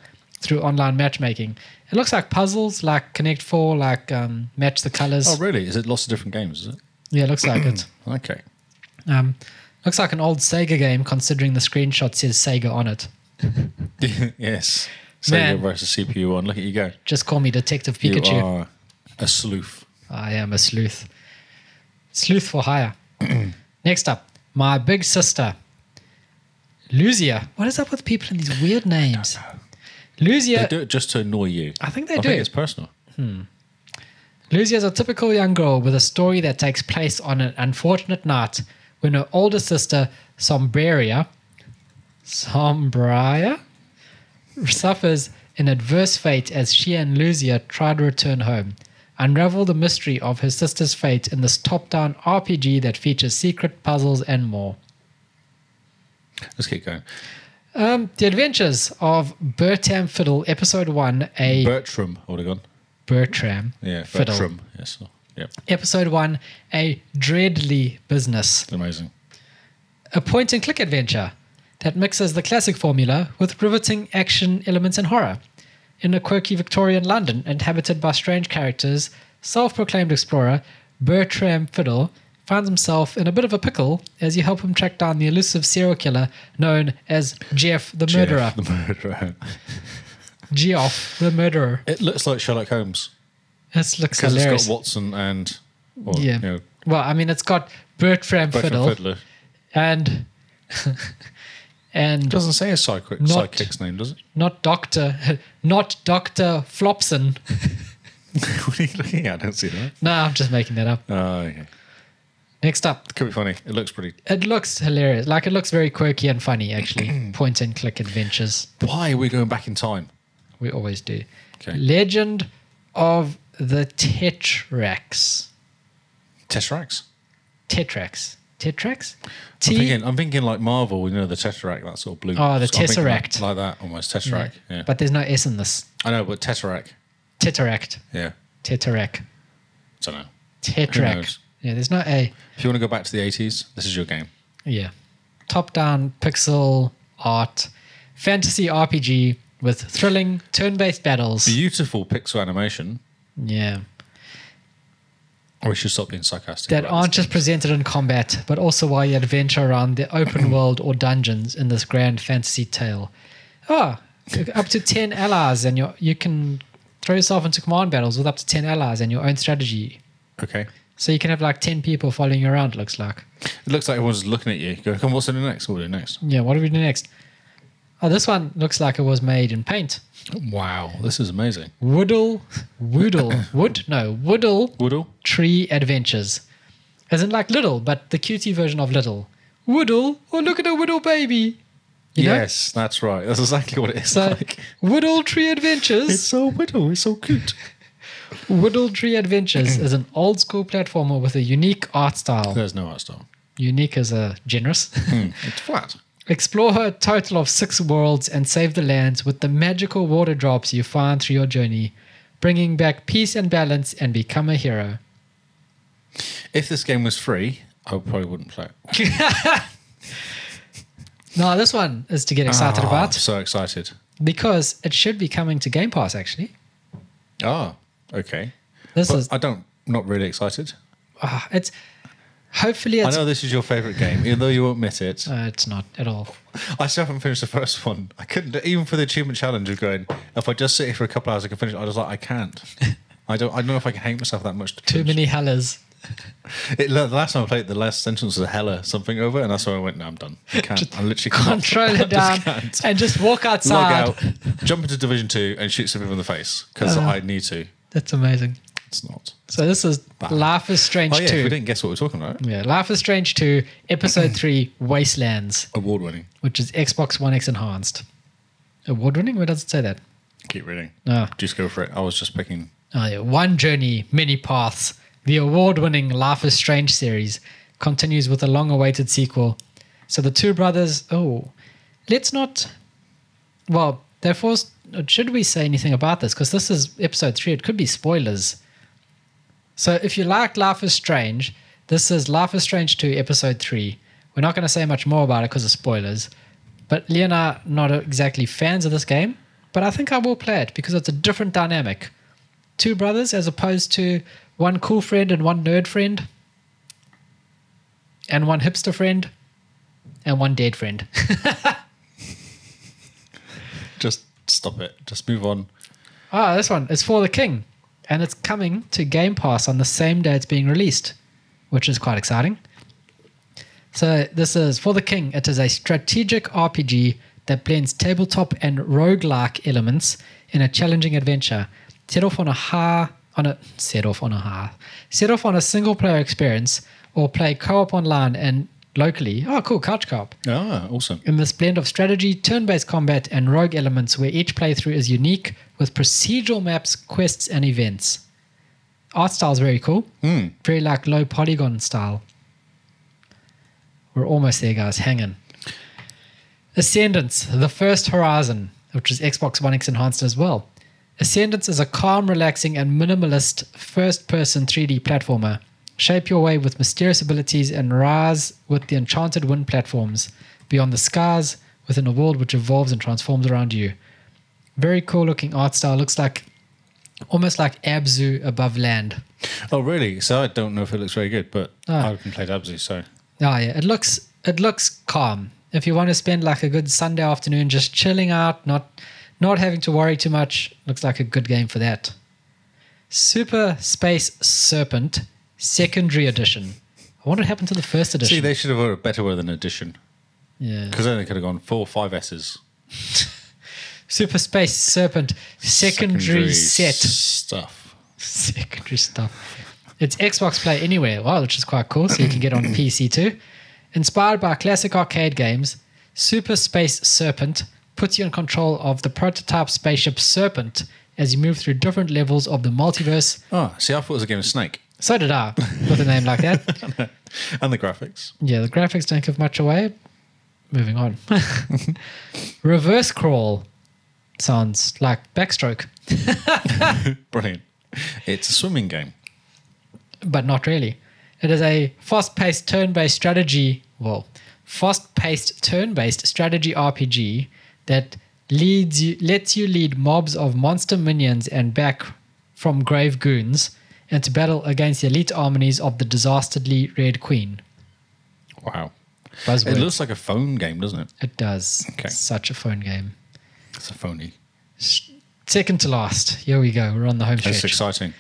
A: through online matchmaking. It looks like puzzles, like Connect 4, like um, Match the Colors.
B: Oh, really? Is it lots of different games? Is it?
A: Yeah, it looks like it.
B: Okay.
A: Um, looks like an old Sega game considering the screenshot says Sega on it.
B: yes. So
A: Man.
B: you versus CPU on. Look at you go.
A: Just call me Detective Pikachu.
B: You are a sleuth.
A: I am a sleuth. Sleuth for hire. Next up, my big sister, Luzia. What is up with people and these weird names?
B: They
A: Luzia,
B: do it just to annoy you.
A: I think they
B: I
A: do.
B: think it's personal.
A: Lucy is a typical young girl with a story that takes place on an unfortunate night when her older sister, Sombraria, Sombraria, suffers an adverse fate as she and Luzia try to return home. Unravel the mystery of her sister's fate in this top down RPG that features secret puzzles and more.
B: Let's keep going.
A: Um, the Adventures of Bertram Fiddle, Episode 1, a
B: Bertram. I would have gone.
A: Bertram
B: Yeah.
A: Fiddle.
B: Bertram. Yes. oh, Yep.
A: Episode 1, a dreadly business.
B: Amazing.
A: a point and click adventure that mixes the classic formula with riveting action elements and horror. In a quirky Victorian London inhabited by strange characters, self proclaimed explorer Bertram Fiddle finds himself in a bit of a pickle as you help him track down the elusive serial killer known as Jeff the Murderer.
B: Jeff, the murderer.
A: Geoff the Murderer.
B: It looks like Sherlock Holmes
A: This looks
B: because it's
A: hilarious.
B: got Watson and well,
A: yeah.
B: you know,
A: well, I mean, it's got Bertram,
B: Bertram
A: Fiddle,
B: Fiddler.
A: and. and
B: Doesn't say his psychic,
A: Not-
B: sidekick's name, does it?
A: not Doctor, not Doctor Flopson.
B: what are you looking at? I don't see that.
A: No, I'm just making that up.
B: Oh, okay.
A: Next up,
B: Could be funny. It looks pretty.
A: it looks hilarious. Like it looks very quirky and funny, actually. Point and click adventures.
B: Why are we going back in time?
A: We always do.
B: Okay.
A: Legend of the Tetrax.
B: Tesseracts.
A: Tetrax. Tetrax?
B: I'm
A: T.
B: thinking, I'm thinking like Marvel, you know, the Tesseract, that sort of blue.
A: Oh, the
B: so I'm thinking like-
A: Tesseract.
B: Like, that, almost. Tesseract. Yeah.
A: But there's no S in this.
B: I know, but Tesseract.
A: Tesseract.
B: Yeah.
A: Tetaract.
B: don't know.
A: Tetrax.
B: knows?
A: Yeah, there's no A.
B: If you want to go back to the 80s, this is your game.
A: Yeah. Top down pixel art fantasy RPG with thrilling turn based battles.
B: Beautiful pixel animation.
A: Yeah.
B: We should stop being sarcastic.
A: that
B: about
A: aren't
B: this.
A: just presented in combat, but also while you adventure around the open world or dungeons in this grand fantasy tale. Oh, up to 10 allies, and you're, you can throw yourself into command battles with up to 10 allies and your own strategy.
B: Okay.
A: So you can have like 10 people following you around, it looks like.
B: It looks like everyone's looking at you. Go, come, what's in the next? What do next?
A: Yeah, what do we do next? Oh, this one looks like it was made in paint.
B: Wow. This is amazing.
A: Woodle, Woodle, Wood? No, Woodle
B: Woodall?
A: Tree Adventures. as in like little, but the cutesy version of little. Woodle, oh look at a Woodle baby. You know?
B: yes, that's right. That's exactly what it is
A: So
B: like.
A: Woodle Tree Adventures.
B: It's so little. It's so cute.
A: Woodle Tree Adventures is an old school platformer with a unique art style.
B: There's no art style. Hmm.
A: Unique is a generous.
B: It's flat.
A: Explore a total of six worlds and save the lands with the magical water drops you find through your journey, bringing back peace and balance and become a hero.
B: If this game was free, I probably wouldn't play it.
A: Now, this one is to get excited
B: Ah, I'm
A: about
B: so excited.
A: because it should be coming to Game Pass, actually.
B: Ah, okay.
A: This
B: But
A: is,
B: I don't. Not really excited.
A: ah, it's, hopefully,
B: I
A: it's,
B: know this is your favorite game, even though you won't admit it.
A: uh, it's not at all.
B: I still haven't finished the first one. I couldn't, do- even for the achievement challenge of going. If I just sit here for a couple hours, I can finish. it. I was like, I can't. I don't. I don't know if I can hate myself that much. To
A: Too
B: finish.
A: many hellas.
B: It, the last time I played, it, the last sentence was hella something over, and that's why I went. No, I'm done. I can't. I literally can't.
A: Controller
B: I
A: down
B: just can't.
A: and just walk
B: Log
A: outside.
B: out, jump into Division Two, and shoot some people in the face because
A: Uh.
B: I need to.
A: That's amazing.
B: It's not.
A: So, this is Life is Strange
B: Oh yeah, if we
A: 2.
B: didn't guess what we're talking about.
A: Yeah, Life is Strange 2, Episode 3, Wastelands.
B: Award winning.
A: which is Xbox One X enhanced. Award winning? Where does it say that?
B: Keep reading.
A: No.
B: Just go for it. I was just picking.
A: Oh, yeah. One Journey, Many Paths. The award winning Life is Strange series continues with a long awaited sequel. So the two brothers. Oh, let's not. Well, they're forced. Should we say anything about this? Because this is episode three. It could be spoilers. So if you like Life is Strange, this is Life is Strange 2, episode 3. We're not going to say much more about it because of spoilers. But Lee and I are not exactly fans of this game, but I think I will play it because it's a different dynamic. Two brothers as opposed to one cool friend and one nerd friend, and one hipster friend, and one dead friend.
B: Just stop it. Just move on.
A: Ah, this one is for the king, and it's coming to Game Pass on the same day it's being released, which is quite exciting. So this is for the king. It is a strategic RPG that blends tabletop and roguelike elements in a challenging adventure. Set off on a high on a set off on a high. Set off on a single player experience or play co-op online and locally. Oh cool, couch co-op
B: Ah, awesome.
A: in this blend of strategy, turn based combat, and rogue elements where each playthrough is unique with procedural maps, quests, and events. Art style is very cool,
B: Hmm.
A: very like low polygon style. We're almost there, guys. Hang in. Ascendance, the first horizon, which is Xbox One X enhanced as well. Ascendance is a calm, relaxing, and minimalist first person 3D platformer. Shape your way with mysterious abilities and rise with the enchanted wind platforms beyond the skies within a world which evolves and transforms around you. Very cool looking art style. Looks like almost like Abzu above land.
B: Oh, really? So I don't know if it looks very good, but
A: Ah.
B: I haven't played Abzu, so
A: Oh yeah, it looks it looks calm. If you want to spend like a good Sunday afternoon just chilling out, not not having to worry too much, looks like a good game for that. Super Space Serpent Secondary Edition. I wonder what happened to the first edition.
B: see, they should have wrote a better word than addition
A: yeah.
B: because then they could have gone four, five S's.
A: Super Space Serpent Secondary, Set
B: stuff.
A: secondary stuff. It's Xbox Play Anywhere, wow, which is quite cool. So you can get on PC too. Inspired by classic arcade games, Super Space Serpent puts you in control of the prototype spaceship Serpent as you move through different levels of the multiverse.
B: Ah, see, I thought it was a game of Snake
A: So did I with a name like that.
B: and the graphics.
A: Yeah, the graphics don't give much away. Moving on. Reverse crawl sounds like backstroke,
B: Brilliant. It's a swimming game.
A: but not really. It is a fast paced turn based strategy, well, fast paced turn based strategy RPG that leads you, lets you lead mobs of monster minions and back from grave goons into battle against the elite armies of the dastardly Red Queen.
B: Wow.
A: Buzzword.
B: It looks like a phone game, doesn't it?
A: It does.
B: Okay.
A: Such a phone game.
B: It's a phony.
A: Second to last. Here we go. We're on the home
B: It's
A: stretch.
B: exciting.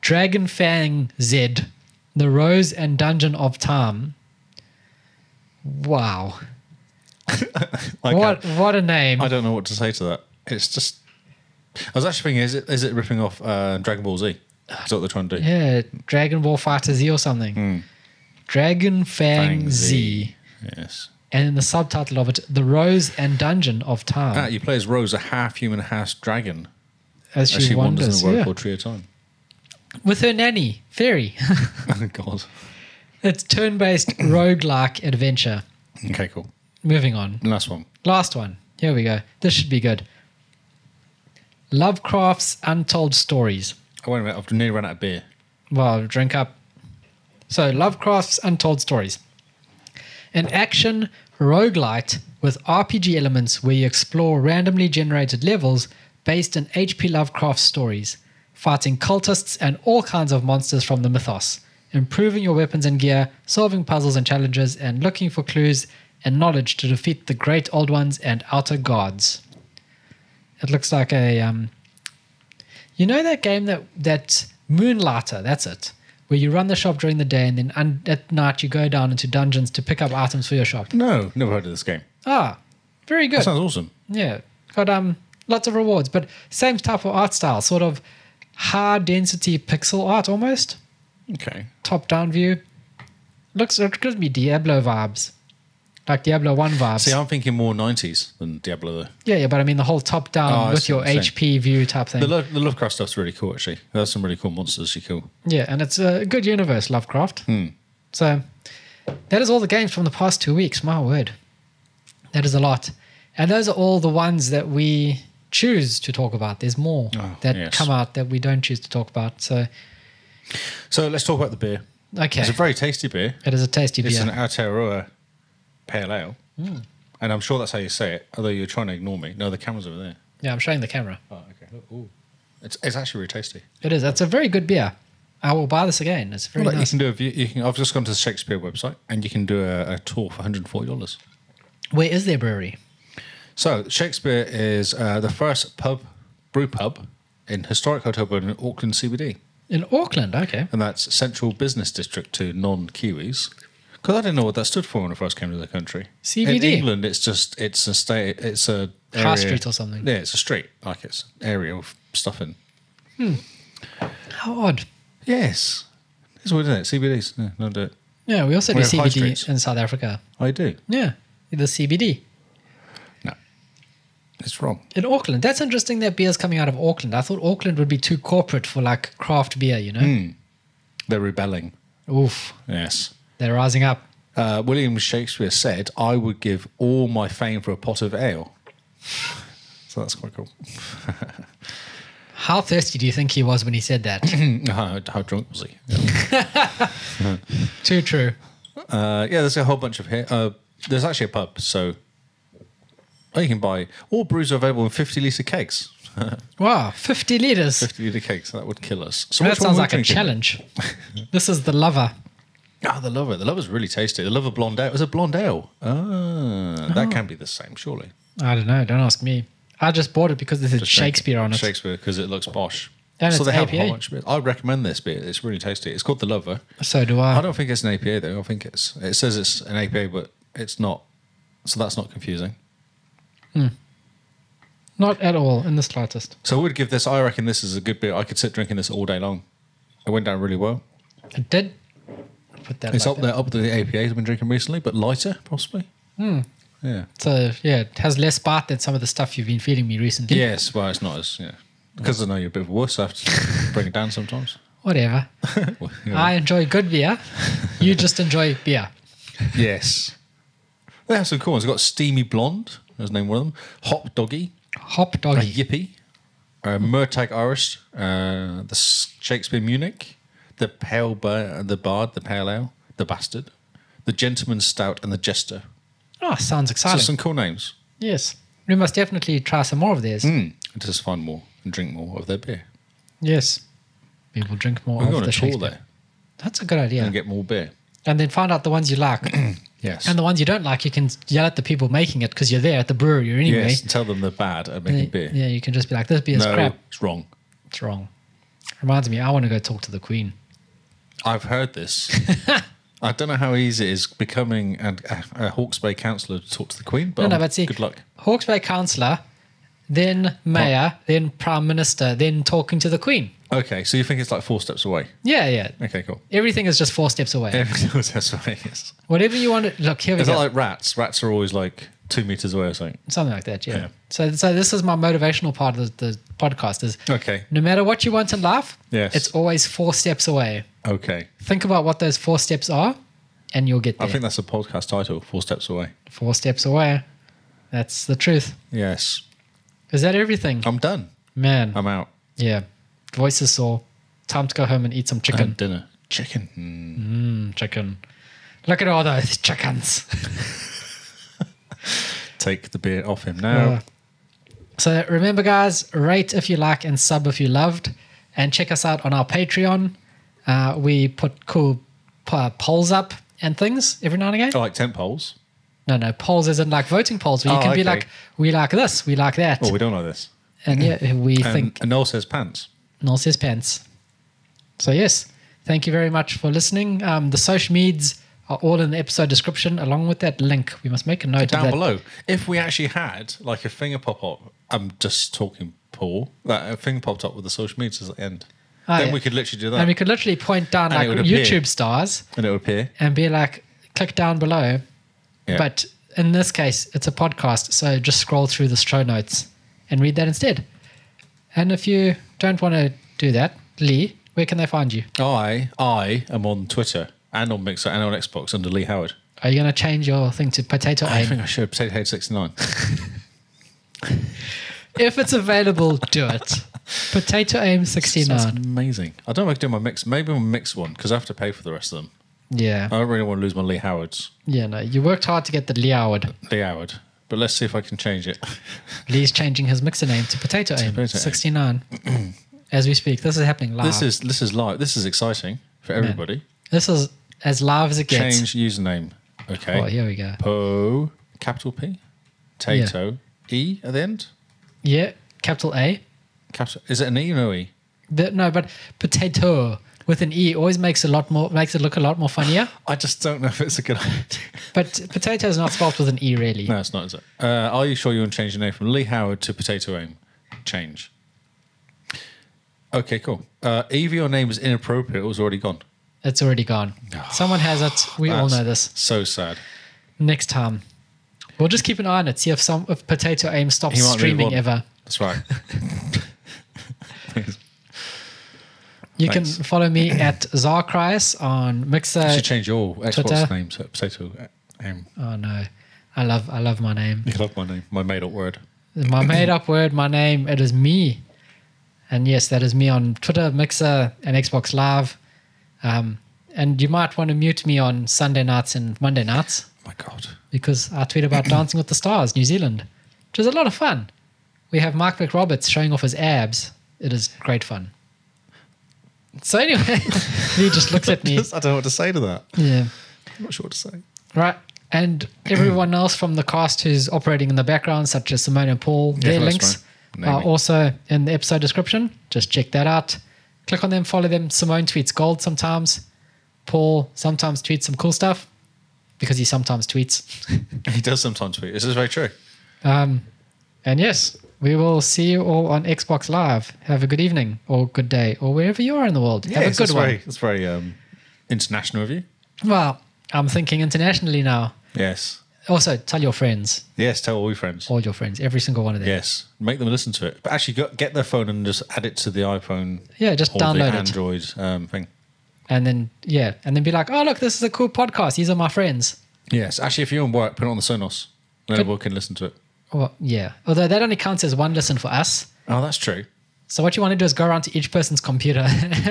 A: Dragon Fang Z, The Rose and Dungeon of Time. Wow.
B: Like
A: What what a name.
B: I don't know what to say to that. It's just. I was actually thinking, is it is it ripping off uh, Dragon Ball Z? Is that what they're trying to do?
A: yeah, Dragon Ball Fighter Z or something. Dragon Fang,
B: Hmm. Fang
A: Z.
B: Z. Yes.
A: And then the subtitle of it, The Rose and Dungeon of Time.
B: Ah, you play as Rose, a half human, half dragon.
A: as
B: As she wanders, in the world
A: yeah.
B: called Tree of Time.
A: With her nanny, Fairy.
B: Oh, God.
A: it's turn based roguelike adventure.
B: Okay, cool.
A: Moving on.
B: Last one.
A: Last one. Here we go. This should be good. Lovecraft's Untold Stories.
B: Oh, wait a minute. I've nearly run out of beer.
A: Well, drink up. So, Lovecraft's Untold Stories. An action roguelite with RPG elements where you explore randomly generated levels based in H.P. Lovecraft's stories, fighting cultists and all kinds of monsters from the mythos, improving your weapons and gear, solving puzzles and challenges, and looking for clues and knowledge to defeat the great old ones and outer gods. It looks like a um, you know that game that that Moonlighter, that's it, where you run the shop during the day and then un- at night you go down into dungeons to pick up items for your shop.
B: No, never heard of this game.
A: Ah, very
B: That
A: good.
B: sounds awesome.
A: yeah, got um lots of rewards, but same type of art style, sort of high density pixel art almost,
B: Okay.
A: top down view. Looks it could be Diablo vibes, like Diablo One vibes.
B: See, I'm thinking more 90s than Diablo, though.
A: yeah, yeah, but I mean the whole top down
B: Oh, I
A: with
B: see
A: your
B: what you're saying.
A: HP view type thing.
B: The, Lo- the Lovecraft stuff's really cool, actually. There's some really cool monsters you kill.
A: Yeah, and it's a good universe, Lovecraft.
B: Hmm.
A: So that is all the games from the past two weeks. My word. That is a lot. And those are all the ones that we choose to talk about. There's more
B: Oh,
A: that
B: yes.
A: come out that we don't choose to talk about. So,
B: So let's talk about the beer.
A: okay.
B: It's a very tasty beer.
A: it is a tasty
B: It's
A: beer.
B: an Aotearoa Pale Ale. And I'm sure that's how you say it, although you're trying to ignore me. No, the camera's over there.
A: yeah, I'm showing the camera.
B: Oh, okay. Ooh. It's, it's actually really tasty.
A: It is. It's a very good beer. I will buy this again. It's very
B: Well,
A: nice.
B: You can do a view, you can, I've just gone to the Shakespeare website and you can do a, a tour for $140.
A: Where is their brewery?
B: So Shakespeare is uh, the first pub, brew pub, in historic hotel building in Auckland CBD,
A: In Auckland. Okay.
B: and that's central business district to non-Kiwis. Because I didn't know what that stood for when I first came to the country. In
A: CBD.
B: England, it's just it's a state, it's a
A: High
B: area-
A: street or something.
B: Yeah, it's a street, like it's area of stuff in.
A: How odd.
B: Yes, it's weird, isn't it? CBDs, no, don't do it.
A: Yeah, we also do
B: We have high streets.
A: CBD in South Africa.
B: I do.
A: Yeah, the CBD.
B: It's wrong.
A: In Auckland. That's interesting that beer's coming out of Auckland. I thought Auckland would be too corporate for like craft beer, you know?
B: They're rebelling.
A: Oof.
B: Yes.
A: They're rising up.
B: uh, William Shakespeare said, I would give all my fame for a pot of ale. So that's quite cool.
A: How thirsty do you think he was when he said that?
B: how, how drunk was he?
A: too true.
B: Uh, yeah, there's a whole bunch of here. Uh, there's actually a pub, so oh, you can buy all brews are available in 50 litre kegs.
A: Wow, 50 litres.
B: 50 litre kegs, that would kill us. So
A: That
B: which one
A: sounds
B: we're
A: like a
B: drinking?
A: challenge. this is the lover.
B: Oh, the lover. The lover's really tasty. The lover blonde ale. It's a blonde ale. Ah,
A: Oh.
B: that can be the same, surely.
A: I don't know. Don't ask me. I just bought it because there's
B: Just drink
A: Shakespeare on it.
B: Shakespeare, because it looks bosh.
A: And
B: so
A: it's
B: they have a
A: APA.
B: whole bunch of beers. I recommend this beer. It's really tasty. It's called the lover.
A: So do I.
B: I don't think it's an APA though. I think it's it says it's an APA, but it's not. So that's not confusing.
A: Not at all, in the slightest.
B: So I would give this. I reckon this is a good beer. I could sit drinking this all day long. It went down really well.
A: It did. Put that
B: It's
A: like
B: up
A: that.
B: there, up to the APAs I've been drinking recently, but lighter possibly.
A: Hmm.
B: Yeah.
A: So, yeah, it has less bite than some of the stuff you've been feeding me recently.
B: Yes. Well, it's not as yeah. Because I know you're a bit of a wuss, I have to bring it down sometimes.
A: Whatever.
B: Well, you know.
A: I enjoy good beer. You just enjoy beer.
B: yes. They have some cool ones. They've got Steamy Blonde, that's the name of one of them. Hop Doggy.
A: Hop
B: a
A: doggy.
B: Yippie, uh, Murtagh Irish, uh, the S- Shakespeare Munich, the Pale Bar- the Bard, the Pale Ale, the Bastard, the Gentleman Stout, and the Jester.
A: Oh, sounds
B: So
A: exciting.
B: some cool names.
A: yes. We must definitely try some more of theirs.
B: Hmm. And Just find more and drink more of their beer.
A: Yes. We will drink more
B: We're
A: of
B: going
A: the
B: to tour
A: Shakespeare.
B: there
A: That's a good idea.
B: and get more beer.
A: And then find out the ones you like.
B: Yes.
A: and the ones you don't like, you can yell at the people making it because you're there at the brewery anyway.
B: yes. Tell them they're bad at making
A: Yeah,
B: beer.
A: Yeah, you can just be like, this beer's
B: no,
A: crap.
B: it's wrong.
A: It's wrong. Reminds me, I want to go talk to the Queen.
B: I've heard this. I don't know how easy it is becoming a, a Hawke's Bay councillor to talk to the Queen, but,
A: No, no,
B: um,
A: but see-
B: good luck.
A: Hawke's Bay councillor then mayor, then prime minister, then talking to the queen.
B: Okay, so you think it's like four steps away?
A: Yeah, yeah.
B: Okay, cool.
A: Everything is just four steps away.
B: Everything was that's away. Yes.
A: Whatever you want to look here we
B: Is
A: go.
B: that like rats? Rats are always like two meters away or something.
A: something like that. Yeah.
B: Yeah.
A: So, so this is my motivational part of the, the podcast is
B: Okay.
A: no matter what you want in life,
B: Yes.
A: it's always four steps away.
B: Okay.
A: Think about what those four steps are, and you'll get
B: I
A: there.
B: think that's a podcast title. Four steps away.
A: four steps away. That's the truth.
B: Yes.
A: Is that everything?
B: I'm done.
A: Man,
B: I'm out.
A: yeah. Voices sore. Time to go home and eat some
B: I
A: chicken.
B: had dinner. Chicken. Mm.
A: Mm, chicken. Look at all those chickens.
B: Take the beer off him now.
A: Uh, so remember, guys, rate if you like and sub if you loved, and check us out on our Patreon. Uh, we put cool po- polls up and things every now and again.
B: I like tent poles.
A: No, no, polls isn't like voting polls, where you
B: Oh,
A: can be
B: okay.
A: like, we like this, we like that,
B: Oh, we don't know this.
A: and yeah, we
B: And,
A: think
B: and Noel says pants.
A: Noel says pants. So yes, thank you very much for listening. Um, the social meds are all in the episode description, along with that link. We must make a note
B: Down
A: of that.
B: below. If we actually had like a finger pop up, I'm just talking Paul. That a finger popped up with the social medias at the end.
A: Ah,
B: then
A: yeah.
B: we could literally do that,
A: And we could literally point down
B: And
A: like
B: it would appear.
A: YouTube stars.
B: and it would appear.
A: and be like, click down below.
B: Yeah.
A: But in this case, it's a podcast, so just scroll through the show notes and read that instead. And if you don't want to do that, Lee, where can they find you?
B: I I am on Twitter and on Mixer and on Xbox under Lee Howard.
A: Are you going to change your thing to potato
B: I
A: aim?
B: think I should potato head sixty nine.
A: if it's available, do it. Potato aim
B: That's
A: 69.
B: amazing. I don't like doing my mix. Maybe my mix one because I have to pay for the rest of them.
A: Yeah.
B: I don't really want to lose my Lee Howard's.
A: Yeah, no. You worked hard to get the Lee Howard.
B: Lee Howard. But let's see if I can change it.
A: Lee's changing his mixer name to potato aim
B: Potato Aim.
A: 69. As we speak, this is happening live.
B: This is this is live. This is exciting for everybody.
A: this is as live as it gets.
B: Change username. Okay.
A: Oh, here we go.
B: Po capital P, Tato E at the end.
A: Yeah, capital A.
B: Capital is it an E or no E?
A: The- no, but potato with an e always makes a lot more makes it look a lot more funnier.
B: I just don't know if it's a good idea.
A: But potato is not spelled with an e, really.
B: No, it's not. Is it? Uh, are you sure you want to change your name from Lee Howard to Potato Aim? Change. Okay, cool. Uh, Evie, your name is inappropriate. It was already gone.
A: It's already gone. Someone has it. We all
B: That's
A: know this.
B: So sad.
A: Next time, we'll just keep an eye on it. See if some if potato aim stops
B: He might move
A: streaming
B: on.
A: ever.
B: That's right.
A: You can
B: Thanks.
A: follow me at Zarkris on Mixer.
B: you should change your Xbox
A: Twitter.
B: name to Potato Aim.
A: Oh no, I love I love my name.
B: You love my name, my made-up word.
A: My made up word, my name, it is me. And yes, that is me on Twitter, Mixer, and Xbox Live. Um, and you might want to mute me on Sunday nights and Monday nights
B: My God.
A: because I tweet about Dancing with the Stars, New Zealand, which is a lot of fun. We have Mark McRoberts showing off his abs. It is great fun. So anyway, he just looks at me.
B: I don't know what to say to that.
A: Yeah.
B: I'm not sure what to say.
A: Right. And everyone else from the cast who's operating in the background, such as Simone and Paul, their
B: that's
A: links
B: right.
A: are
B: Maybe.
A: also in the episode description. Just check that out. Click on them, follow them. Simone tweets gold sometimes. Paul sometimes tweets some cool stuff because he sometimes tweets.
B: He does sometimes tweet. This is very true.
A: Um, and yes, we will see you all on Xbox Live. Have a good evening or good day or wherever you are in the world. Have a
B: Yes,
A: good
B: that's
A: one.
B: Very, that's very um, international of you.
A: Well, I'm thinking internationally now.
B: Yes.
A: Also, tell your friends,
B: Yes, tell all your friends.
A: all your friends, every single one of them.
B: Yes, make them listen to it. But actually, go, get their phone and just add it to the iPhone
A: Yeah, just
B: or
A: download
B: the
A: it.
B: Android um, thing.
A: and then yeah, and then be like, oh look, this is a cool podcast. These are my friends.
B: Yes, actually, if you're on work, put it on the Sonos, and everyone can listen to it.
A: Or yeah, although that only counts as one listen for us.
B: Oh, that's true.
A: So what you want to do is go around to each person's computer.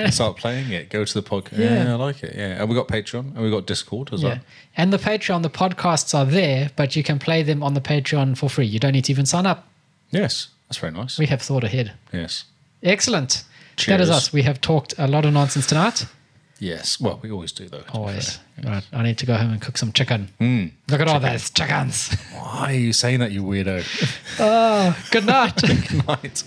B: Start playing it. Go to the podcast.
A: Yeah.
B: Yeah. I like it. Yeah, and we got Patreon and we got Discord as
A: yeah.
B: well.
A: And the Patreon, the podcasts are there, but you can play them on the Patreon for free. You don't need to even sign up.
B: Yes, that's very nice.
A: We have thought ahead.
B: yes,
A: Excellent. That is
B: Cheers.
A: us. We have talked a lot of nonsense tonight.
B: yes. Well, we always do though. to be
A: Always.
B: fair.
A: Right. I need to go home and cook some chicken.
B: Hmm.
A: Look at all those chickens.
B: Why are you saying that, you weirdo?
A: oh, good night.
B: Good night.